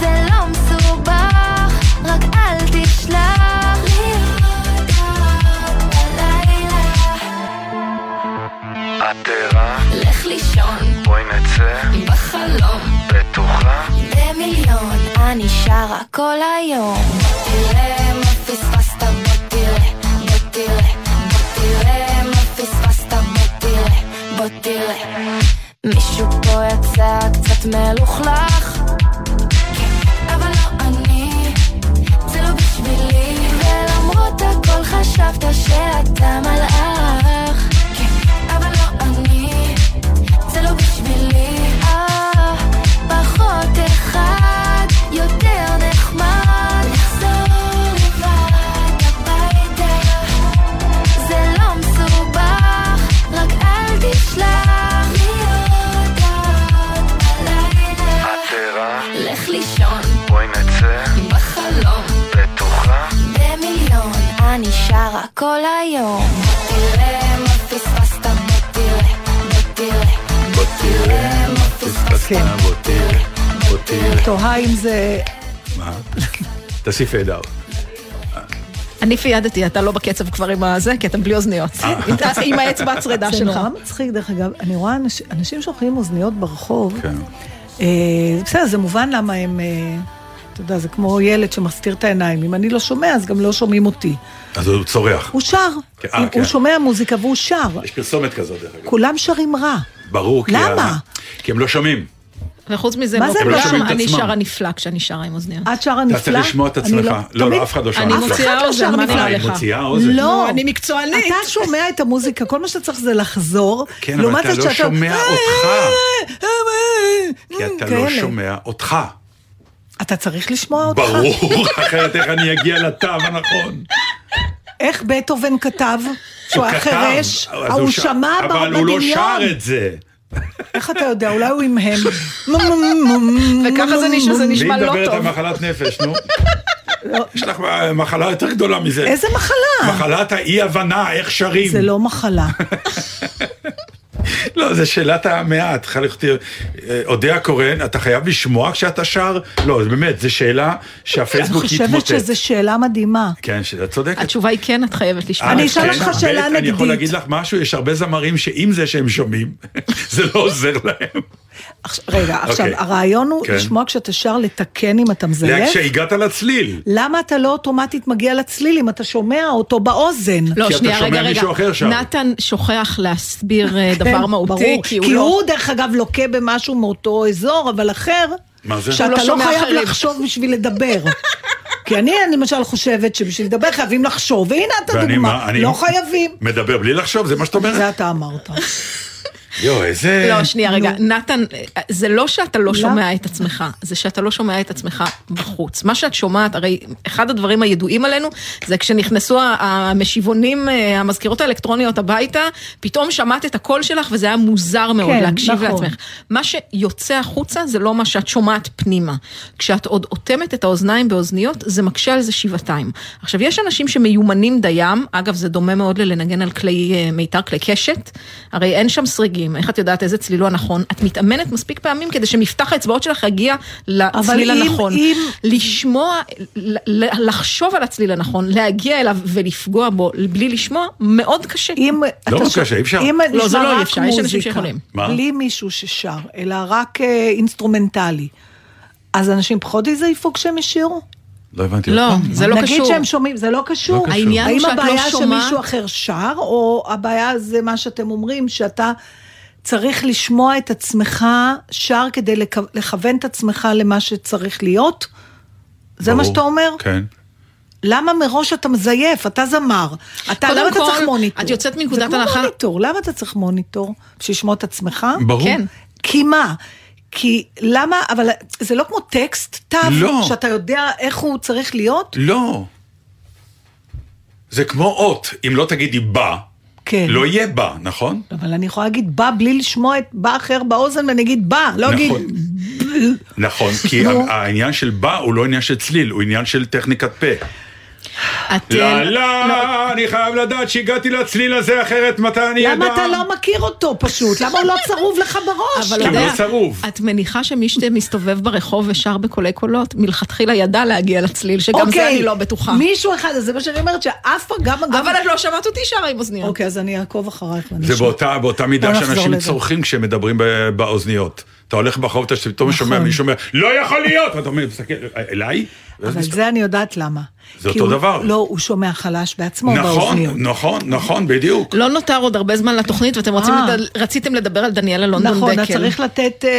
Speaker 6: זה לא מסובך, רק אל תשלח לי הודעות בלילה.
Speaker 8: את ערה,
Speaker 6: לך לישון
Speaker 8: בואי נצא,
Speaker 6: בחלום.
Speaker 8: בטוחה.
Speaker 6: במיליון, אני שרה כל היום. בוא תראה מה פספסת, בוא תראה, בוא תראה, בוא תראה מה פספסת, בוא תראה, בוא תראה. מישהו פה יצא קצת מלוכלך, כן, אבל לא אני, זה לא בשבילי. ולמרות הכל חשבת שאתה מלאך, כן, אבל לא אני, זה לא בשבילי. אה, פחות אחד, יותר נחמד. לחזור לבד הביתה, זה לא מסובך, רק אל תשלח לי הודעות בלילה.
Speaker 8: את ערה,
Speaker 6: לך לישון
Speaker 8: בואי נצא,
Speaker 6: בחלום
Speaker 8: בטוחה.
Speaker 6: במיליון, אני שרה כל היום. בוא תראה מה פספסת, בוא תראה, בוא תראה,
Speaker 4: בוא תראה מה פספסת.
Speaker 3: כן.
Speaker 4: בוא תראה, בוא תראה.
Speaker 3: תוהה אם זה...
Speaker 4: מה? תעשי פייד אאוט.
Speaker 5: אני פיידתי, אתה לא בקצב כבר עם הזה, כי אתה בלי אוזניות.
Speaker 4: אה.
Speaker 5: אתה עם האצבע הצרידה
Speaker 3: זה
Speaker 5: שלך.
Speaker 3: נורא מצחיק, דרך אגב. אני רואה אנש- אנשים שהולכים עם אוזניות ברחוב.
Speaker 4: כן.
Speaker 3: אה, בסדר, זה מובן למה הם... אה, אתה יודע, זה כמו ילד שמסתיר את העיניים. אם אני לא שומע, אז גם לא שומעים אותי.
Speaker 4: אז הוא צורח.
Speaker 3: הוא שר.
Speaker 4: כן, אה,
Speaker 3: הוא
Speaker 4: כן.
Speaker 3: הוא שומע מוזיקה והוא שר.
Speaker 4: יש פרסומת כזאת, דרך אגב.
Speaker 3: כולם שרים רע.
Speaker 4: ברור, כי...
Speaker 3: למה?
Speaker 4: ה- כי הם לא שומעים.
Speaker 5: וחוץ מזה,
Speaker 3: מה
Speaker 5: לא
Speaker 3: זה הם
Speaker 5: כולם-
Speaker 3: לא
Speaker 4: שומעים את
Speaker 5: אני
Speaker 4: עצמם?
Speaker 5: שרה נפלא כשאני שרה עם אוזניות.
Speaker 3: את שרה נפלא?
Speaker 4: אתה צריך לשמוע את
Speaker 3: אני
Speaker 4: עצמך. לא,
Speaker 3: תמיד-
Speaker 4: לא, אף אחד לא שר
Speaker 5: אני
Speaker 4: נפלא.
Speaker 3: אף אחד
Speaker 5: מוציאה
Speaker 3: לא שר
Speaker 5: אוזן, מה
Speaker 3: נפלא.
Speaker 5: נראה
Speaker 4: אה, היא
Speaker 5: לך?
Speaker 4: מוציאה אוזן.
Speaker 3: לא,
Speaker 5: אני מקצוענית.
Speaker 3: אתה שומע את המוזיקה, כל מה שאתה צריך זה לחזור.
Speaker 4: כן, אבל
Speaker 3: לעומת
Speaker 4: אתה
Speaker 3: זאת
Speaker 4: לא
Speaker 3: שאתה- אה,
Speaker 4: שומע אותך. כי אתה לא
Speaker 3: כאלה.
Speaker 4: שומע אותך.
Speaker 3: אתה צריך לשמוע אותך.
Speaker 4: ברור, אחרת איך אני אגיע לתו הנכון.
Speaker 3: איך בטהובן כתב? שהוא היה
Speaker 4: כתב,
Speaker 3: חירש?
Speaker 4: אבל
Speaker 3: הוא
Speaker 4: ש-
Speaker 3: שמע ב-
Speaker 4: אבל הוא לא שר
Speaker 3: בדמיון.
Speaker 4: את זה.
Speaker 3: איך אתה יודע? אולי הוא המהם.
Speaker 5: וככה זה נשמע- זה
Speaker 4: והיא
Speaker 5: נשמע לא
Speaker 4: מדברת על
Speaker 5: טוב.
Speaker 4: מחלת נפש, נו. יש לך אה, מחלה יותר גדולה מזה.
Speaker 3: לא. איזה מחלה?
Speaker 4: מחלת האי-הבנה, איך שרים.
Speaker 3: זה לא מחלה.
Speaker 4: לא, זה שאלת המאה, את צריכה לכתוב, אה, אודיה קורן, אתה חייב לשמוע כשאתה שר? לא, זה באמת, זו שאלה
Speaker 3: אני
Speaker 4: שהפייסבוק יתמוטט.
Speaker 3: חושבת שזו שאלה מדהימה.
Speaker 4: כן, ש- את צודקת.
Speaker 5: התשובה היא כן, את חייבת לשמוע.
Speaker 3: אני
Speaker 4: א',
Speaker 3: אשאל
Speaker 4: כן,
Speaker 3: אותך
Speaker 4: ב',
Speaker 3: שאלה
Speaker 4: אני
Speaker 3: נגדית.
Speaker 4: יכול להגיד לך משהו, יש הרבה זמרים שעם זה שהם שומעים, זה לא עוזר להם.
Speaker 3: עכש- רגע, עכשיו,
Speaker 4: אוקיי.
Speaker 3: הרעיון הוא
Speaker 4: כן.
Speaker 3: לשמוע כשאתה שר לתקן אם אתה מזייף?
Speaker 4: כשהגעת לצליל.
Speaker 3: למה אתה לא אוטומטית מגיע לצליל אם אתה שומע אותו באוזן?
Speaker 4: כי
Speaker 5: לא,
Speaker 4: אתה
Speaker 5: שנייה,
Speaker 4: שומע
Speaker 5: רגע, רגע.
Speaker 4: מישהו אחר שר.
Speaker 5: נתן שוכח להסביר אה,
Speaker 3: כן,
Speaker 5: דבר מהותי,
Speaker 3: ברור.
Speaker 5: כי הוא
Speaker 3: כי
Speaker 5: לא...
Speaker 3: הוא, דרך אגב, לוקה במשהו מאותו אזור, אבל אחר,
Speaker 4: מה זה?
Speaker 3: שאתה
Speaker 5: הוא לא
Speaker 3: לא
Speaker 5: שומע
Speaker 3: חייב
Speaker 5: אחרים.
Speaker 3: לחשוב בשביל לדבר. כי אני למשל חושבת שבשביל לדבר חייבים לחשוב, והנה את
Speaker 4: ואני
Speaker 3: הדוגמה,
Speaker 4: מה, אני
Speaker 3: לא חייבים.
Speaker 4: מדבר בלי לחשוב, זה מה שאת
Speaker 3: זה
Speaker 4: אומרת?
Speaker 3: אתה אמרת.
Speaker 4: יואו, איזה...
Speaker 5: לא, שנייה, רגע. נתן, אה, זה לא שאתה לא
Speaker 3: אה, לא.
Speaker 5: שומע את עצמך, זה שאתה לא שומע את עצמך בחוץ. מה שאת שומעת, הרי אחד הדברים הידועים עלינו, זה כשנכנסו ה- המשיבונים, אה, המזכירות האלקטרוניות הביתה, פתאום שמעת את הקול שלך וזה היה מוזר מאוד
Speaker 3: כן,
Speaker 5: להקשיב
Speaker 3: נכון.
Speaker 5: לעצמך. מה שיוצא החוצה זה לא מה שאת שומעת פנימה. כשאת עוד אוטמת את האוזניים באוזניות, זה מקשה על זה שבעתיים. עכשיו, יש אנשים שמיומנים דיים, אגב, זה דומה מאוד ללנגן על כלי אה, מיתר, כלי קשת, הרי אין שם סריגים, איך את יודעת איזה צלילו הנכון? את מתאמנת מספיק פעמים כדי שמפתח האצבעות שלך יגיע לצליל
Speaker 3: אבל אם-
Speaker 5: הנכון.
Speaker 3: אם-
Speaker 5: לשמוע, ל- ל- לחשוב על הצליל הנכון, להגיע אליו ולפגוע בו בלי לשמוע, מאוד קשה.
Speaker 3: אם אתה
Speaker 4: כל
Speaker 3: ש-
Speaker 4: כך שאי אפשר.
Speaker 3: אם
Speaker 5: לא,
Speaker 3: נשמע
Speaker 5: זה לא אי
Speaker 3: רק
Speaker 5: אפשר, יש אנשים
Speaker 3: מוזיקה,
Speaker 5: שיכולים.
Speaker 4: מה?
Speaker 3: בלי מישהו ששר, אלא רק אה, אינסטרומנטלי. אז אנשים פחות יזייפו כשהם ישירו?
Speaker 4: לא הבנתי.
Speaker 5: לא,
Speaker 4: אותך.
Speaker 5: זה לא
Speaker 3: נגיד
Speaker 5: קשור.
Speaker 3: שהם שומעים, זה לא קשור.
Speaker 4: קשור.
Speaker 5: העניין הוא
Speaker 3: האם
Speaker 5: שאת לא
Speaker 3: הבעיה
Speaker 5: שומעת-
Speaker 3: שמישהו אחר שר, או הבעיה זה מה שאתם אומרים, שאתה צריך לשמוע את עצמך שר כדי לכ- לכוון את עצמך למה שצריך להיות? זה מה
Speaker 4: ברור.
Speaker 3: שאתה אומר?
Speaker 4: כן.
Speaker 3: למה מראש אתה מזייף? אתה זמר. אתה,
Speaker 5: קודם
Speaker 3: למה אתה
Speaker 5: כל,
Speaker 3: צריך מוניטור?
Speaker 5: את יוצאת מנקודת
Speaker 3: זה כמו
Speaker 5: הנחה-
Speaker 3: מוניטור, למה אתה צריך מוניטור? בשביל לשמוע את עצמך?
Speaker 4: ברור.
Speaker 5: כן.
Speaker 3: כי מה? כי למה, אבל זה לא כמו טקסט, תו,
Speaker 4: לא.
Speaker 3: שאתה יודע איך הוא צריך להיות?
Speaker 4: לא. זה כמו אות, אם לא תגידי בא,
Speaker 3: כן.
Speaker 4: לא יהיה בא, נכון?
Speaker 3: אבל אני יכולה להגיד בא בלי לשמוע את בא אחר באוזן ואני אגיד בא, לא אגיד...
Speaker 4: נכון. נכון, כי
Speaker 3: נו.
Speaker 4: ה- העניין של בא הוא לא עניין של צליל, הוא עניין של טכניקת פה.
Speaker 5: את...
Speaker 3: כן,
Speaker 4: לא, לא, אני חייב לדעת שהגעתי לצליל הזה, אחרת מתי אני אדע?
Speaker 3: למה אתה לא מכיר אותו פשוט? למה הוא לא צרוב לך בראש?
Speaker 5: אבל
Speaker 4: כי הוא
Speaker 5: אתה
Speaker 4: לא
Speaker 5: יודע,
Speaker 4: צרוב.
Speaker 5: את מניחה שמי שמסתובב ברחוב ושר בקולי קולות, מלכתחילה ידע להגיע לצליל, שגם זה אני לא בטוחה.
Speaker 3: אוקיי, מישהו אחד, אז זה מה שאני אומרת, שאף פעם גם... גם-
Speaker 5: אבל את לא שמעת אותי שרה עם אוזניות.
Speaker 3: אוקיי, אז אני אעקוב אחרייך. ואני
Speaker 4: זה
Speaker 3: אשמע.
Speaker 4: באותה, באותה
Speaker 3: בוא
Speaker 4: מידה
Speaker 3: לא נחזור
Speaker 4: שאנשים
Speaker 3: לזה.
Speaker 4: צורכים כשמדברים ב- באוזניות. אתה הולך ברחוב, אתה פתאום
Speaker 3: נכון.
Speaker 4: שומע, מישהו אומר, לא יכול להיות! ואתה אומר, תסתכל, אליי? ואז
Speaker 3: אבל
Speaker 4: מסתכל-
Speaker 3: זה אני יודעת למה.
Speaker 4: זה
Speaker 3: כי
Speaker 4: אותו
Speaker 3: הוא-
Speaker 4: דבר.
Speaker 3: לא, הוא שומע חלש בעצמו
Speaker 4: נכון,
Speaker 3: באוזניות.
Speaker 4: נכון, נכון, בדיוק.
Speaker 5: לא נותר עוד הרבה זמן לתוכנית, ואתם רוצים
Speaker 3: אה.
Speaker 5: לד- רציתם לדבר על דניאלה לונדון דקל.
Speaker 3: נכון, את צריך לתת, אה,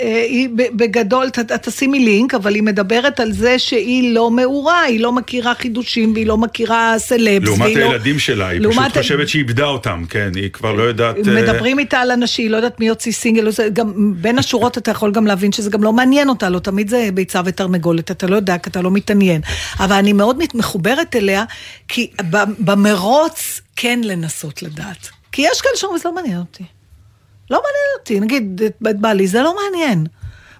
Speaker 3: אה, היא ב- בגדול, ת- את תשימי לינק, אבל היא מדברת על זה שהיא לא מעורה, היא לא מכירה חידושים והיא לא מכירה סלבס.
Speaker 4: לעומת
Speaker 3: והיא לא-
Speaker 4: הילדים שלה, היא
Speaker 3: לעומת-
Speaker 4: פשוט חושבת שהיא איבדה אותם, כן, היא כבר לא יודעת... אה,
Speaker 3: מדברים איתה על אנשים, היא לא יודעת מי יוציא סינגל, זה גם בין השורות אתה יכול גם להבין שזה גם לא מעניין אותה, לא תמיד זה ביצה ותרנגולת, אתה לא יודע, כי אתה לא מתעניין. אבל אני מאוד מת- מחוברת אליה, כי ב- במרוץ כן לנסות לדעת. כי יש כאלה שאומרים, זה לא מעניין אותי. לא מעניין אותי, נגיד, את את בעלי, זה לא מעניין.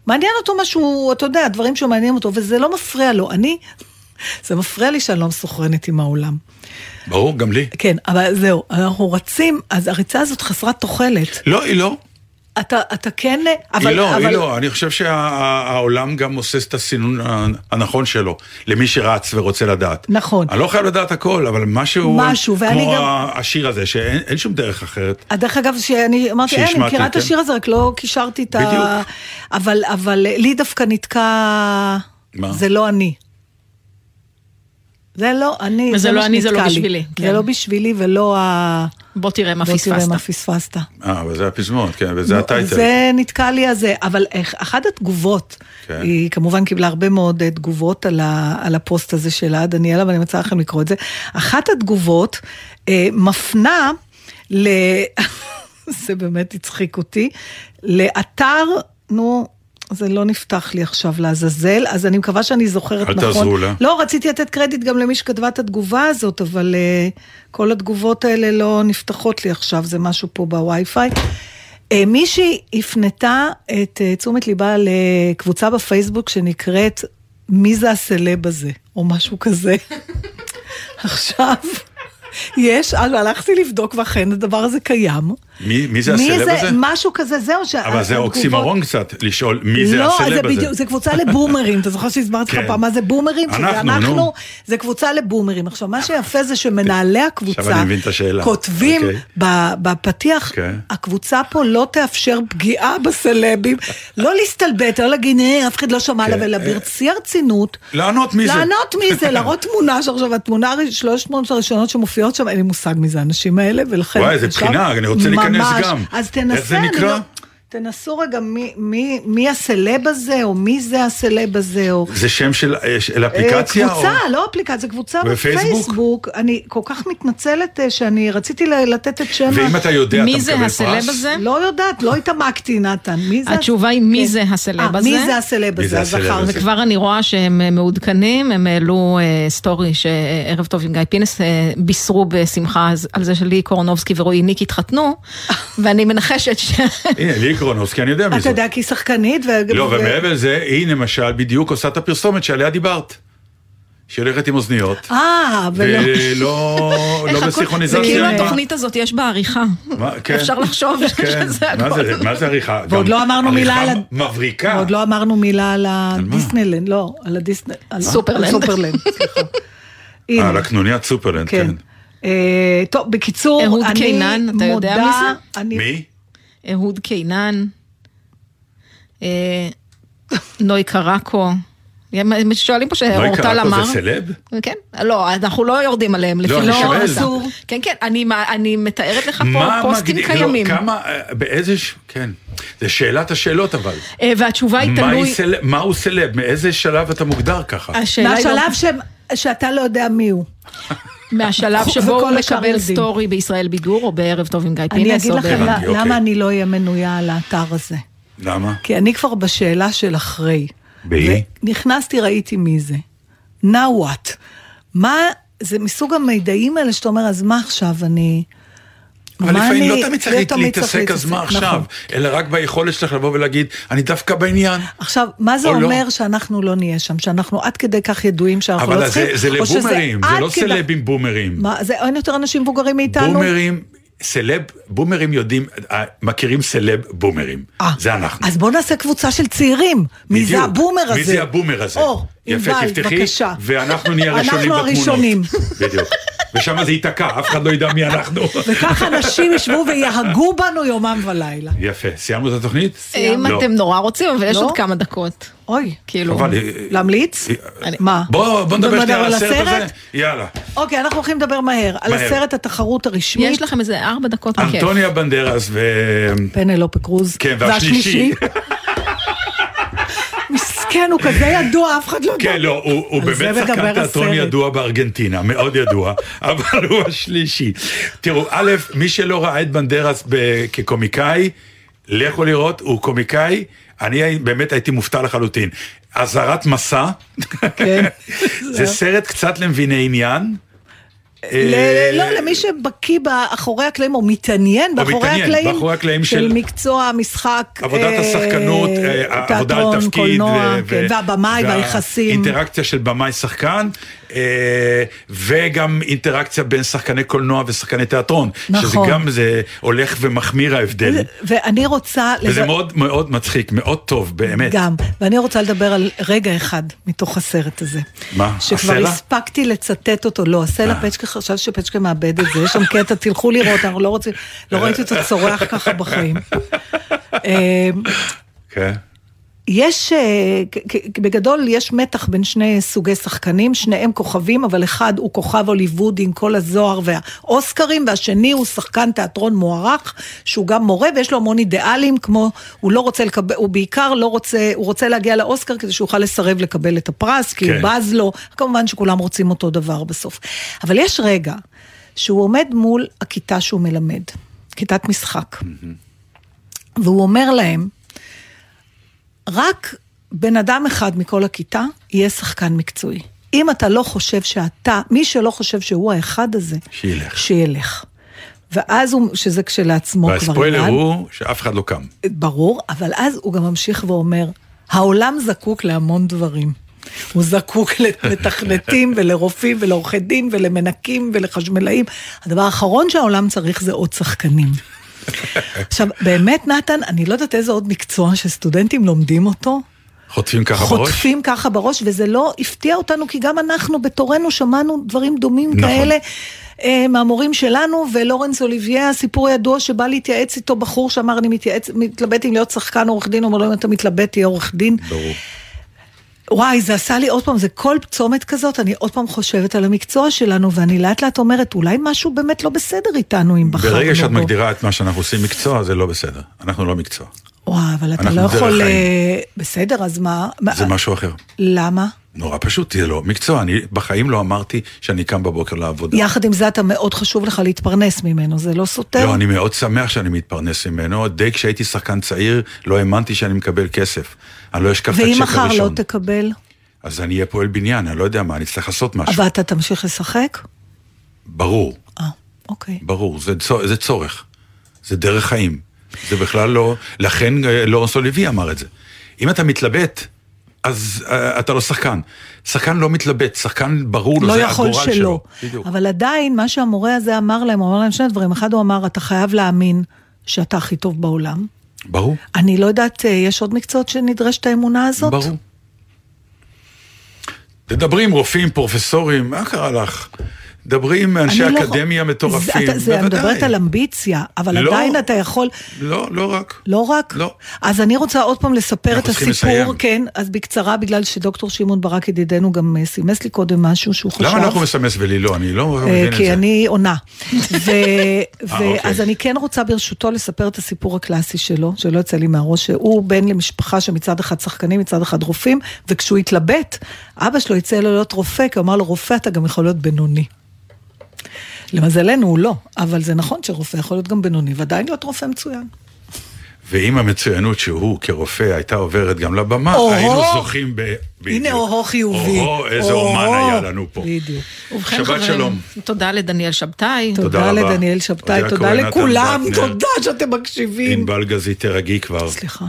Speaker 3: מעניין אותו משהו, אתה יודע, דברים שמעניינים אותו, וזה לא מפריע לו. אני, זה מפריע לי שאני לא מסוכרנת עם העולם.
Speaker 4: ברור, גם לי.
Speaker 3: כן, אבל זהו, אנחנו רצים, אז הריצה הזאת חסרת תוחלת.
Speaker 4: לא, היא לא.
Speaker 3: אתה, אתה כן, אבל...
Speaker 4: היא לא,
Speaker 3: אבל,
Speaker 4: היא לא, אני חושב שהעולם גם עושה את הסינון ה- הנכון שלו, למי שרץ ורוצה לדעת.
Speaker 3: נכון.
Speaker 4: אני לא חייב לדעת הכל, אבל משהו,
Speaker 3: משהו, ואני
Speaker 4: כמו
Speaker 3: גם-
Speaker 4: ה- השיר הזה, שאין אין שום דרך אחרת.
Speaker 3: אז דרך אגב, שאני אמרתי, אה, אני
Speaker 4: שהשמעתי,
Speaker 3: מכירה את
Speaker 4: כן.
Speaker 3: השיר הזה, רק לא קישרתי את ה...
Speaker 4: בדיוק.
Speaker 3: אבל, אבל לי דווקא נתקע
Speaker 4: מה?
Speaker 3: זה לא אני. זה לא אני,
Speaker 5: וזה
Speaker 3: זה
Speaker 5: לא
Speaker 3: מה
Speaker 5: אני, זה לא
Speaker 3: שנתקע לי.
Speaker 5: בשבילי,
Speaker 3: זה
Speaker 5: כן.
Speaker 3: לא בשבילי ולא ה...
Speaker 5: בוא תראה מה
Speaker 3: בוא תראה
Speaker 5: פספסת.
Speaker 3: מה פספסת.
Speaker 4: אה, אבל זה הפזמון, כן, וזה הטייטל.
Speaker 3: לא, זה נתקע לי הזה, אבל איך- אחת התגובות,
Speaker 4: כן.
Speaker 3: היא כמובן קיבלה הרבה מאוד אה, תגובות על, ה, על הפוסט הזה שלה, דניאלה, ואני מצאה לכם לקרוא את זה. אחת התגובות אה, מפנה ל... זה באמת הצחיק אותי, לאתר, נו... זה לא נפתח לי עכשיו לעזאזל, אז אני מקווה שאני זוכרת
Speaker 4: אל
Speaker 3: נכון.
Speaker 4: תעזרו לה.
Speaker 3: לא, רציתי לתת קרדיט גם למי שכתבה את התגובה הזאת, אבל uh, כל התגובות האלה לא נפתחות לי עכשיו, זה משהו פה בווי-פיי. Uh, מישהי הפנתה את uh, תשומת ליבה לקבוצה בפייסבוק שנקראת מי זה הסלב הזה, או משהו כזה. עכשיו, יש, אז הלכתי לבדוק ואכן הדבר הזה קיים.
Speaker 4: מי- מי זה הסלב הזה?
Speaker 3: משהו כזה, זהו. שה-
Speaker 4: אבל זה
Speaker 3: התגובות-
Speaker 4: אוקסימרון קצת, לשאול מי זה
Speaker 3: לא, זה
Speaker 4: הסלב הזה.
Speaker 3: בדיוק, זה קבוצה לבומרים, אתה זוכר שהסברתי לך
Speaker 4: כן.
Speaker 3: פעם מה זה בומרים? שזה
Speaker 4: אנחנו, נו.
Speaker 3: זה קבוצה לבומרים. עכשיו, מה שיפה זה שמנהלי
Speaker 4: עכשיו
Speaker 3: הקבוצה
Speaker 4: אני מבין את השאלה.
Speaker 3: כותבים
Speaker 4: אוקיי.
Speaker 3: ב- בפתיח,
Speaker 4: אוקיי.
Speaker 3: הקבוצה פה לא תאפשר פגיעה בסלבים, לא להסתלבט, לא להגיד, "אה, אף אחד לא שמע לה,
Speaker 4: כן.
Speaker 3: אלא בשיא הרצינות.
Speaker 4: לענות מי זה.
Speaker 3: לענות מי זה, להראות תמונה שעכשיו, התמונה, הראש- שלוש תמונות הראשונות שמופיעות שם, אין לי מושג מי זה האנשים האלה, ולכן...
Speaker 4: וואי, זה
Speaker 3: עכשיו-
Speaker 4: בחינה, אני רוצה להיכנס
Speaker 3: ממש.
Speaker 4: גם.
Speaker 3: אז
Speaker 4: איך זה
Speaker 3: תנסה, אני
Speaker 4: נקרא?
Speaker 3: לא- תנסו רגע מי, מי, מי הסלב הזה, או מי זה הסלב הזה, או...
Speaker 4: זה שם של אה, של
Speaker 3: אה,
Speaker 4: אפליקציה? או-
Speaker 3: קבוצה, לא אפליקציה, קבוצה
Speaker 4: בפייסבוק?
Speaker 3: בפייסבוק. אני כל כך מתנצלת אה, שאני רציתי ל- לתת את שם... ה-
Speaker 4: ואם אתה יודע, אתה
Speaker 5: מי
Speaker 4: מקבל פרס?
Speaker 5: זה הסלב הזה?
Speaker 3: לא יודעת, לא התעמקתי, נתן. מי זה...
Speaker 5: התשובה היא מי
Speaker 3: כן.
Speaker 5: זה הסלב
Speaker 3: אה,
Speaker 5: הזה?
Speaker 3: מי זה הסלב
Speaker 4: מי זה
Speaker 3: הזה,
Speaker 4: הסלב
Speaker 3: הזכר.
Speaker 4: הזה?
Speaker 5: וכבר אני רואה שהם אה, מעודכנים, הם העלו אה, סטורי שערב טוב עם גיא פינס, אה, בישרו בשמחה אז- על זה שלי קורנובסקי ורועי ניק התחתנו, ואני מנחשת ש...
Speaker 4: הנה, לי קרונובסקי, אני יודע מי
Speaker 3: אתה
Speaker 4: זה.
Speaker 3: יודע, כי היא שחקנית, ו...
Speaker 4: לא,
Speaker 3: ו-
Speaker 4: ומעבר לזה, היא למשל בדיוק עושה את הפרסומת שעליה דיברת. שהיא הולכת עם אוזניות.
Speaker 3: אה, ולא...
Speaker 4: ולא לא
Speaker 5: איך הכל- זה
Speaker 4: בסינכרוניזציה.
Speaker 5: כאילו
Speaker 4: עם ה-
Speaker 5: התוכנית הזאת יש בה עריכה.
Speaker 4: מה- כן.
Speaker 5: אפשר לחשוב
Speaker 4: כן,
Speaker 5: שזה
Speaker 4: מה
Speaker 5: הכל.
Speaker 4: זה- מה זה עריכה?
Speaker 3: ועוד
Speaker 4: גם
Speaker 3: לא אמרנו מילה על ה-
Speaker 4: עריכה מבריקה.
Speaker 3: עוד לא אמרנו מילה על
Speaker 4: מה?
Speaker 3: הדיסנילנד, לא, על הדיסנילנד.
Speaker 5: סופרלנד.
Speaker 3: סופרלנד, סליחה. הנה,
Speaker 4: אה, על הקנוניית סופרלנד,
Speaker 3: כן.
Speaker 4: כן.
Speaker 3: אה, טוב, בקיצור, אני
Speaker 5: אהוד
Speaker 3: מודה...
Speaker 5: קינן, אתה יודע מי
Speaker 3: אני-
Speaker 4: מי?
Speaker 5: אהוד קינן, אה, נוי קרקו, אה, הם שואלים פה
Speaker 4: נוי
Speaker 5: שאורטל אמר.
Speaker 4: קרקו לא זה סלב?
Speaker 5: כן, לא, אנחנו לא יורדים עליהם, לפי
Speaker 4: אני שואל.
Speaker 5: הסף.
Speaker 4: אסור.
Speaker 5: כן, כן, אני, מה- אני מתארת לך פה
Speaker 4: מה
Speaker 5: פוסטים
Speaker 4: מגדיר- לא,
Speaker 5: קיימים.
Speaker 4: כמה, אה, באיזה, ש- כן. זה שאלת השאלות אבל.
Speaker 5: אה, והתשובה היא
Speaker 4: מהי
Speaker 5: תלוי,
Speaker 4: סלב- מהו סלב? מאיזה שלב אתה מוגדר ככה?
Speaker 5: השאלה היא לא-
Speaker 3: מהשלב ש- שאתה לא יודע מי הוא.
Speaker 5: מהשלב שבו
Speaker 3: וכל
Speaker 5: הוא
Speaker 3: השאר
Speaker 5: מקבל
Speaker 3: יודעים.
Speaker 5: סטורי בישראל בידור, או בערב טוב עם גיא
Speaker 3: אני
Speaker 5: פינס,
Speaker 3: אגיד
Speaker 5: או
Speaker 3: לכם
Speaker 5: ב...
Speaker 3: ל-
Speaker 4: הבנתי, אוקיי.
Speaker 3: למה אני לא אהיה מנויה על האתר הזה.
Speaker 4: למה?
Speaker 3: כי אני כבר בשאלה של אחרי.
Speaker 4: באי?
Speaker 3: נכנסתי, ראיתי מי זה. Now what? מה, זה מסוג המידעים האלה שאתה אומר, אז מה עכשיו אני...
Speaker 4: אבל
Speaker 3: מה
Speaker 4: לפעמים
Speaker 3: אני-
Speaker 4: לא תמיד צריך להתעסק, אז מה
Speaker 3: להתעסק,
Speaker 4: עכשיו?
Speaker 3: נכון.
Speaker 4: אלא רק ביכולת שלך לבוא ולהגיד, אני דווקא בעניין.
Speaker 3: עכשיו, מה זה
Speaker 4: או לא.
Speaker 3: אומר שאנחנו לא נהיה שם? שאנחנו עד כדי כך ידועים שאנחנו לא
Speaker 4: אבל
Speaker 3: צריכים?
Speaker 4: זה זה
Speaker 3: או שזה
Speaker 4: לבומרים, זה
Speaker 3: עד
Speaker 4: לא
Speaker 3: כדי-
Speaker 4: סלבים בומרים.
Speaker 3: מה, זה אין יותר אנשים מבוגרים מאיתנו?
Speaker 4: בומרים, סלב, בומרים יודעים, אה, מכירים סלב בומרים.
Speaker 3: אה,
Speaker 4: זה אנחנו.
Speaker 3: אז בוא נעשה קבוצה של צעירים. מי זה
Speaker 4: בדיוק.
Speaker 3: הבומר הזה?
Speaker 4: מי זה הבומר הזה?
Speaker 3: או,
Speaker 4: יפה,
Speaker 3: ענבל,
Speaker 4: תפתחי,
Speaker 3: בבקשה.
Speaker 4: ואנחנו נהיה הראשונים
Speaker 3: אנחנו
Speaker 4: בתמונות.
Speaker 3: הראשונים.
Speaker 4: בדיוק. ושם זה ייתקע, אף אחד לא ידע מי אנחנו.
Speaker 3: וככה אנשים ישבו ויהגו בנו יומם ולילה.
Speaker 4: יפה, סיימנו את התוכנית?
Speaker 5: אה, אם
Speaker 4: לא.
Speaker 5: אתם נורא רוצים, אבל יש
Speaker 3: לא?
Speaker 5: עוד כמה דקות.
Speaker 3: אוי,
Speaker 5: כאילו,
Speaker 4: אבל, אה,
Speaker 3: להמליץ?
Speaker 4: אני-
Speaker 3: מה?
Speaker 4: בוא בוא נדבר שנייה על הסרט הזה. יאללה.
Speaker 3: אוקיי, אנחנו הולכים לדבר מהר. על
Speaker 4: מהר.
Speaker 3: הסרט התחרות הרשמית.
Speaker 5: יש לכם איזה ארבע דקות
Speaker 3: אוקיי.
Speaker 5: בכיף.
Speaker 4: אנטוניה בנדרס ו...
Speaker 3: פנלופה קרוז.
Speaker 4: כן, והשלישי.
Speaker 3: מסכן, הוא כזה ידוע, אף אחד לא יודע.
Speaker 4: כן, לא, הוא הוא
Speaker 3: על זה
Speaker 4: באמת שחקן
Speaker 3: מדבר
Speaker 4: תיאטרון
Speaker 3: הסרט.
Speaker 4: ידוע בארגנטינה, מאוד ידוע, אבל הוא השלישי. תראו, א', מי שלא ראה את בנדרס ב- כקומיקאי, לכו לראות, הוא קומיקאי, אני הי- באמת הייתי מופתע לחלוטין. אזהרת מסע,
Speaker 3: כן.
Speaker 4: זה סרט קצת למביני עניין. אה,
Speaker 3: ל- לא, למי שבקיא באחורי הקלעים, או מתעניין באחורי
Speaker 4: מתעניין,
Speaker 3: הקלעים,
Speaker 4: באחורי הקלעים של-
Speaker 3: מקצוע, משחק,
Speaker 4: עבודת
Speaker 3: אה,
Speaker 4: השחקנות, אה, העבודה על
Speaker 3: תיאטרון,
Speaker 4: תפקיד,
Speaker 3: קולנוע,
Speaker 4: ו-
Speaker 3: כן,
Speaker 4: ו-
Speaker 3: והבמאי והיחסים.
Speaker 4: אינטראקציה של במאי שחקן, אה, וגם אינטראקציה בין שחקני קולנוע ושחקני תיאטרון. שזה
Speaker 3: נכון.
Speaker 4: גם זה הולך ומחמיר ההבדל.
Speaker 3: ואני רוצה...
Speaker 4: וזה
Speaker 3: לב-
Speaker 4: מאוד מאוד מצחיק, מאוד טוב, באמת.
Speaker 3: גם, ואני רוצה לדבר על רגע אחד מתוך הסרט הזה.
Speaker 4: מה,
Speaker 3: שכבר
Speaker 4: הסלע? אה.
Speaker 3: הספקתי לצטט אותו, לא, הסלע פצ'קה חשב שפצ'קה מאבד את זה, יש שם קטע, תלכו לראות, אנחנו לא רוצים, לא ראיתי אותו צורח ככה בחיים. אמ,
Speaker 4: כן.
Speaker 3: יש, אה, כ- כ- בגדול יש מתח בין שני סוגי שחקנים, שניהם כוכבים, אבל אחד הוא כוכב הוליווד עם כל הזוהר והאוסקרים, והשני הוא שחקן תיאטרון מוערך, שהוא גם מורה ויש לו המון אידיאלים, כמו, הוא לא רוצה לקבל, הוא בעיקר לא רוצה, הוא רוצה להגיע לאוסקר כדי שהוא יוכל לסרב לקבל את הפרס, כי
Speaker 4: כן.
Speaker 3: הוא בז לו, כמובן שכולם רוצים אותו דבר בסוף. אבל יש רגע שהוא עומד מול הכיתה שהוא מלמד, כיתת משחק. והוא אומר להם, רק בן אדם אחד מכל הכיתה יהיה שחקן מקצועי. אם אתה לא חושב שאתה, מי שלא חושב שהוא האחד הזה,
Speaker 4: שילך.
Speaker 3: שילך. ואז הוא, שזה כשלעצמו כבר...
Speaker 4: והספוילר
Speaker 3: עניין.
Speaker 4: הוא שאף אחד לא קם.
Speaker 3: ברור, אבל אז הוא גם ממשיך ואומר, העולם זקוק להמון דברים. הוא זקוק לתכנתים ולרופאים ולעורכי דין ולמנקים ולחשמלאים. הדבר האחרון שהעולם צריך זה עוד שחקנים. עכשיו, באמת, נתן, אני לא יודעת איזה עוד מקצוע שסטודנטים לומדים אותו.
Speaker 4: חוטפים ככה בראש?
Speaker 3: חוטפים ככה בראש, וזה לא הפתיע אותנו, כי גם אנחנו בתורנו שמענו דברים דומים
Speaker 4: נכון.
Speaker 3: נכון. כאלה אה, מהמורים שלנו, ולורנס אוליביה, סיפור ידוע שבא להתייעץ איתו בחור שאמר, אני מתייעץ, מתלבט אם להיות שחקן עורך דין, הוא אומר לו, אם אתה מתלבט, תהיה עורך דין.
Speaker 4: ברור.
Speaker 3: וואי, זה עשה לי עוד פעם, זה כל צומת כזאת, אני עוד פעם חושבת על המקצוע שלנו, ואני לאט לאט אומרת, אולי משהו באמת לא בסדר איתנו, אם בחרנו בו.
Speaker 4: ברגע שאת מגדירה את מה שאנחנו עושים מקצוע, זה לא בסדר. אנחנו לא מקצוע.
Speaker 3: וואי, אבל אתה
Speaker 4: אנחנו
Speaker 3: לא
Speaker 4: דרך
Speaker 3: יכול...
Speaker 4: חיים.
Speaker 3: אה, בסדר, אז מה?
Speaker 4: זה משהו אחר.
Speaker 3: למה?
Speaker 4: נורא פשוט, זה לא מקצוע. אני בחיים לא אמרתי שאני קם בבוקר לעבודה.
Speaker 3: יחד עם זה אתה מאוד חשוב לך להתפרנס ממנו, זה לא סותר?
Speaker 4: לא, אני מאוד שמח שאני מתפרנס ממנו. די כשהייתי שחקן צעיר, לא האמנתי שאני מקבל כסף. אני לא אשכח את
Speaker 3: ואם
Speaker 4: הצ'ק
Speaker 3: מחר לא
Speaker 4: הראשון.
Speaker 3: תקבל,
Speaker 4: אז אני אהיה פועל בניין, אני לא יודע מה, אני אצטרך לעשות משהו.
Speaker 3: אבל אתה תמשיך לשחק?
Speaker 4: ברור,
Speaker 3: אה, אוקיי.
Speaker 4: ברור, זה צו- זה צורך. זה דרך חיים. זה בכלל לא... לכן אה, לורנס אוליבי אמר את זה. אם אתה מתלבט, אז אה, אתה לא שחקן. שחקן לא מתלבט, שחקן ברור לו,
Speaker 3: לא
Speaker 4: זה
Speaker 3: יכול
Speaker 4: הגורל
Speaker 3: שלא.
Speaker 4: שלו. בדיוק.
Speaker 3: אבל עדיין, מה שהמורה הזה אמר להם, הוא אמר להם שני דברים. אחד, הוא אמר, אתה חייב להאמין שאתה הכי טוב בעולם.
Speaker 4: ברור,
Speaker 3: אני לא יודעת, אה, יש עוד מקצועות שנדרשת האמונה הזאת?
Speaker 4: ברור. תדברי עם רופאים, פרופסורים, מה קרה לך? דברי עם
Speaker 3: אני
Speaker 4: אנשי
Speaker 3: לא-
Speaker 4: אקדמיה מטורפים,
Speaker 3: זה- אתה- זה- אני מדברת על אמביציה, אבל
Speaker 4: לא.
Speaker 3: עדיין אתה יכול...
Speaker 4: לא, לא רק.
Speaker 3: לא רק?
Speaker 4: לא.
Speaker 3: אז אני רוצה עוד פעם לספר
Speaker 4: אנחנו
Speaker 3: את
Speaker 4: צריכים
Speaker 3: הסיפור,
Speaker 4: לסיים.
Speaker 3: כן, אז בקצרה, בגלל שדוקטור שמעון ברק ידידנו גם אה, סימס לי קודם משהו שהוא חשב.
Speaker 4: למה אנחנו מסמס ולי לא? אני לא
Speaker 3: אה,
Speaker 4: מבין את זה.
Speaker 3: כי אני עונה. ו- ו-
Speaker 4: אוקיי.
Speaker 3: אז אני כן רוצה ברשותו לספר את הסיפור הקלאסי שלו, שלא יוצא לי מהראש, שהוא בן למשפחה שמצד אחד שחקנים, מצד אחד רופאים, וכשהוא התלבט, אבא שלו יצא לו להיות רופא, כי הוא אמר לו, רופא אתה גם יכול להיות בינוני. למזלנו הוא לא, אבל זה נכון שרופא יכול להיות גם בינוני, ועדיין להיות רופא מצוין.
Speaker 4: ואם המצוינות שהוא כרופא הייתה עוברת גם לבמה,
Speaker 3: או-הו.
Speaker 4: היינו זוכים ב... בדיוק.
Speaker 3: הנה אוהו חיובי.
Speaker 4: או-הו, איזה אומן היה לנו פה.
Speaker 3: בדיוק.
Speaker 5: ובכן,
Speaker 4: שבת
Speaker 5: חברים,
Speaker 4: שלום.
Speaker 5: תודה לדניאל שבתאי.
Speaker 4: תודה
Speaker 3: תודה
Speaker 4: רבה.
Speaker 3: לדניאל שבתאי,
Speaker 4: תודה
Speaker 3: תודה
Speaker 4: לכהן, נתן
Speaker 3: לכולם,
Speaker 4: דטנר.
Speaker 3: תודה שאתם מקשיבים.
Speaker 4: ענבל גזית, תרגי כבר.
Speaker 3: סליחה.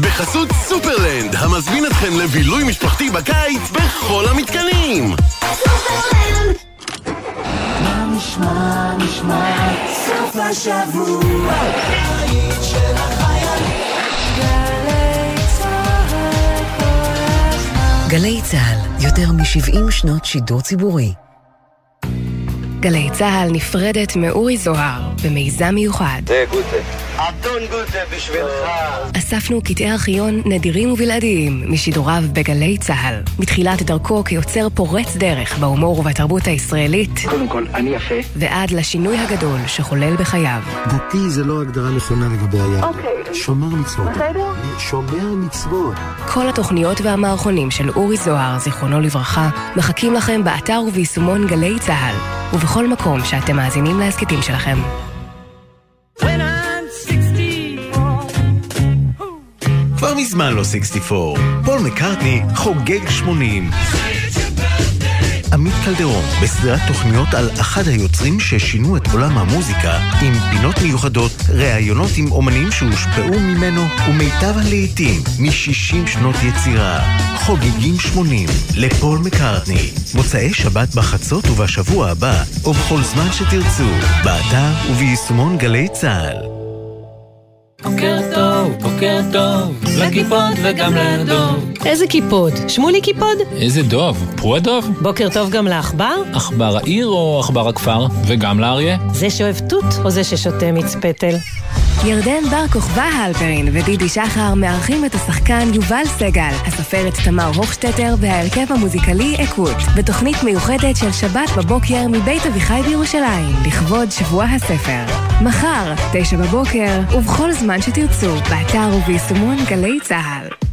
Speaker 9: בחסות סופרלנד, המזמין אתכם לבילוי משפחתי בקיץ בכל המתקנים.
Speaker 1: גלי צה"ל, יותר מ-70 שנות שידור ציבורי.
Speaker 10: גלי צה"ל נפרדת מאורי זוהר במיזם מיוחד.
Speaker 8: זה גוטה. אדון גוטה בשבילך.
Speaker 10: אספנו קטעי ארכיון נדירים ובלעדיים משידוריו בגלי צה"ל. מתחילת דרכו כיוצר פורץ דרך בהומור ובתרבות הישראלית,
Speaker 8: קודם כל, אני יפה.
Speaker 10: ועד לשינוי הגדול שחולל בחייו.
Speaker 11: דתי זה לא הגדרה נכונה לגבי היהדות. אוקיי. שומר מצוות. בסדר? שומר מצוות.
Speaker 10: כל התוכניות והמערכונים של אורי זוהר, זיכרונו לברכה, מחכים לכם באתר וביישומון גלי צה"ל.
Speaker 7: ובכל מקום שאתם מאזינים להסכתים שלכם.
Speaker 12: When I'm 64.
Speaker 13: כבר מזמן לא 64. פול מקארטני חוגג 80. עמית קלדרון, בסדרת תוכניות על אחד היוצרים ששינו את עולם המוזיקה, עם פינות מיוחדות, ראיונות עם אומנים שהושפעו ממנו, ומיטב הלהיטים מ-60 שנות יצירה. חוגגים 80, לפול מקארטני. מוצאי שבת בחצות ובשבוע הבא, או בכל זמן שתרצו, באתר וביישומון גלי צה"ל.
Speaker 14: בוקר טוב, בוקר טוב, לקיפוד וגם לדוב.
Speaker 15: איזה קיפוד? שמולי קיפוד?
Speaker 16: איזה דוב, פרו הדוב?
Speaker 15: בוקר טוב גם לעכבר?
Speaker 16: עכבר העיר או עכבר הכפר? וגם לאריה?
Speaker 15: זה שאוהב תות או זה ששותה מצפתל?
Speaker 7: ירדן בר כוכבא הלפרין ודידי שחר מארחים את השחקן יובל סגל, הסופרת תמר הוכשטטר וההרכב המוזיקלי אקוט, בתוכנית מיוחדת של שבת בבוקר מבית אביחי בירושלים, לכבוד שבוע הספר. מחר, תשע בבוקר, ובכל זמן שתרצו, באתר וביישומון גלי צה"ל.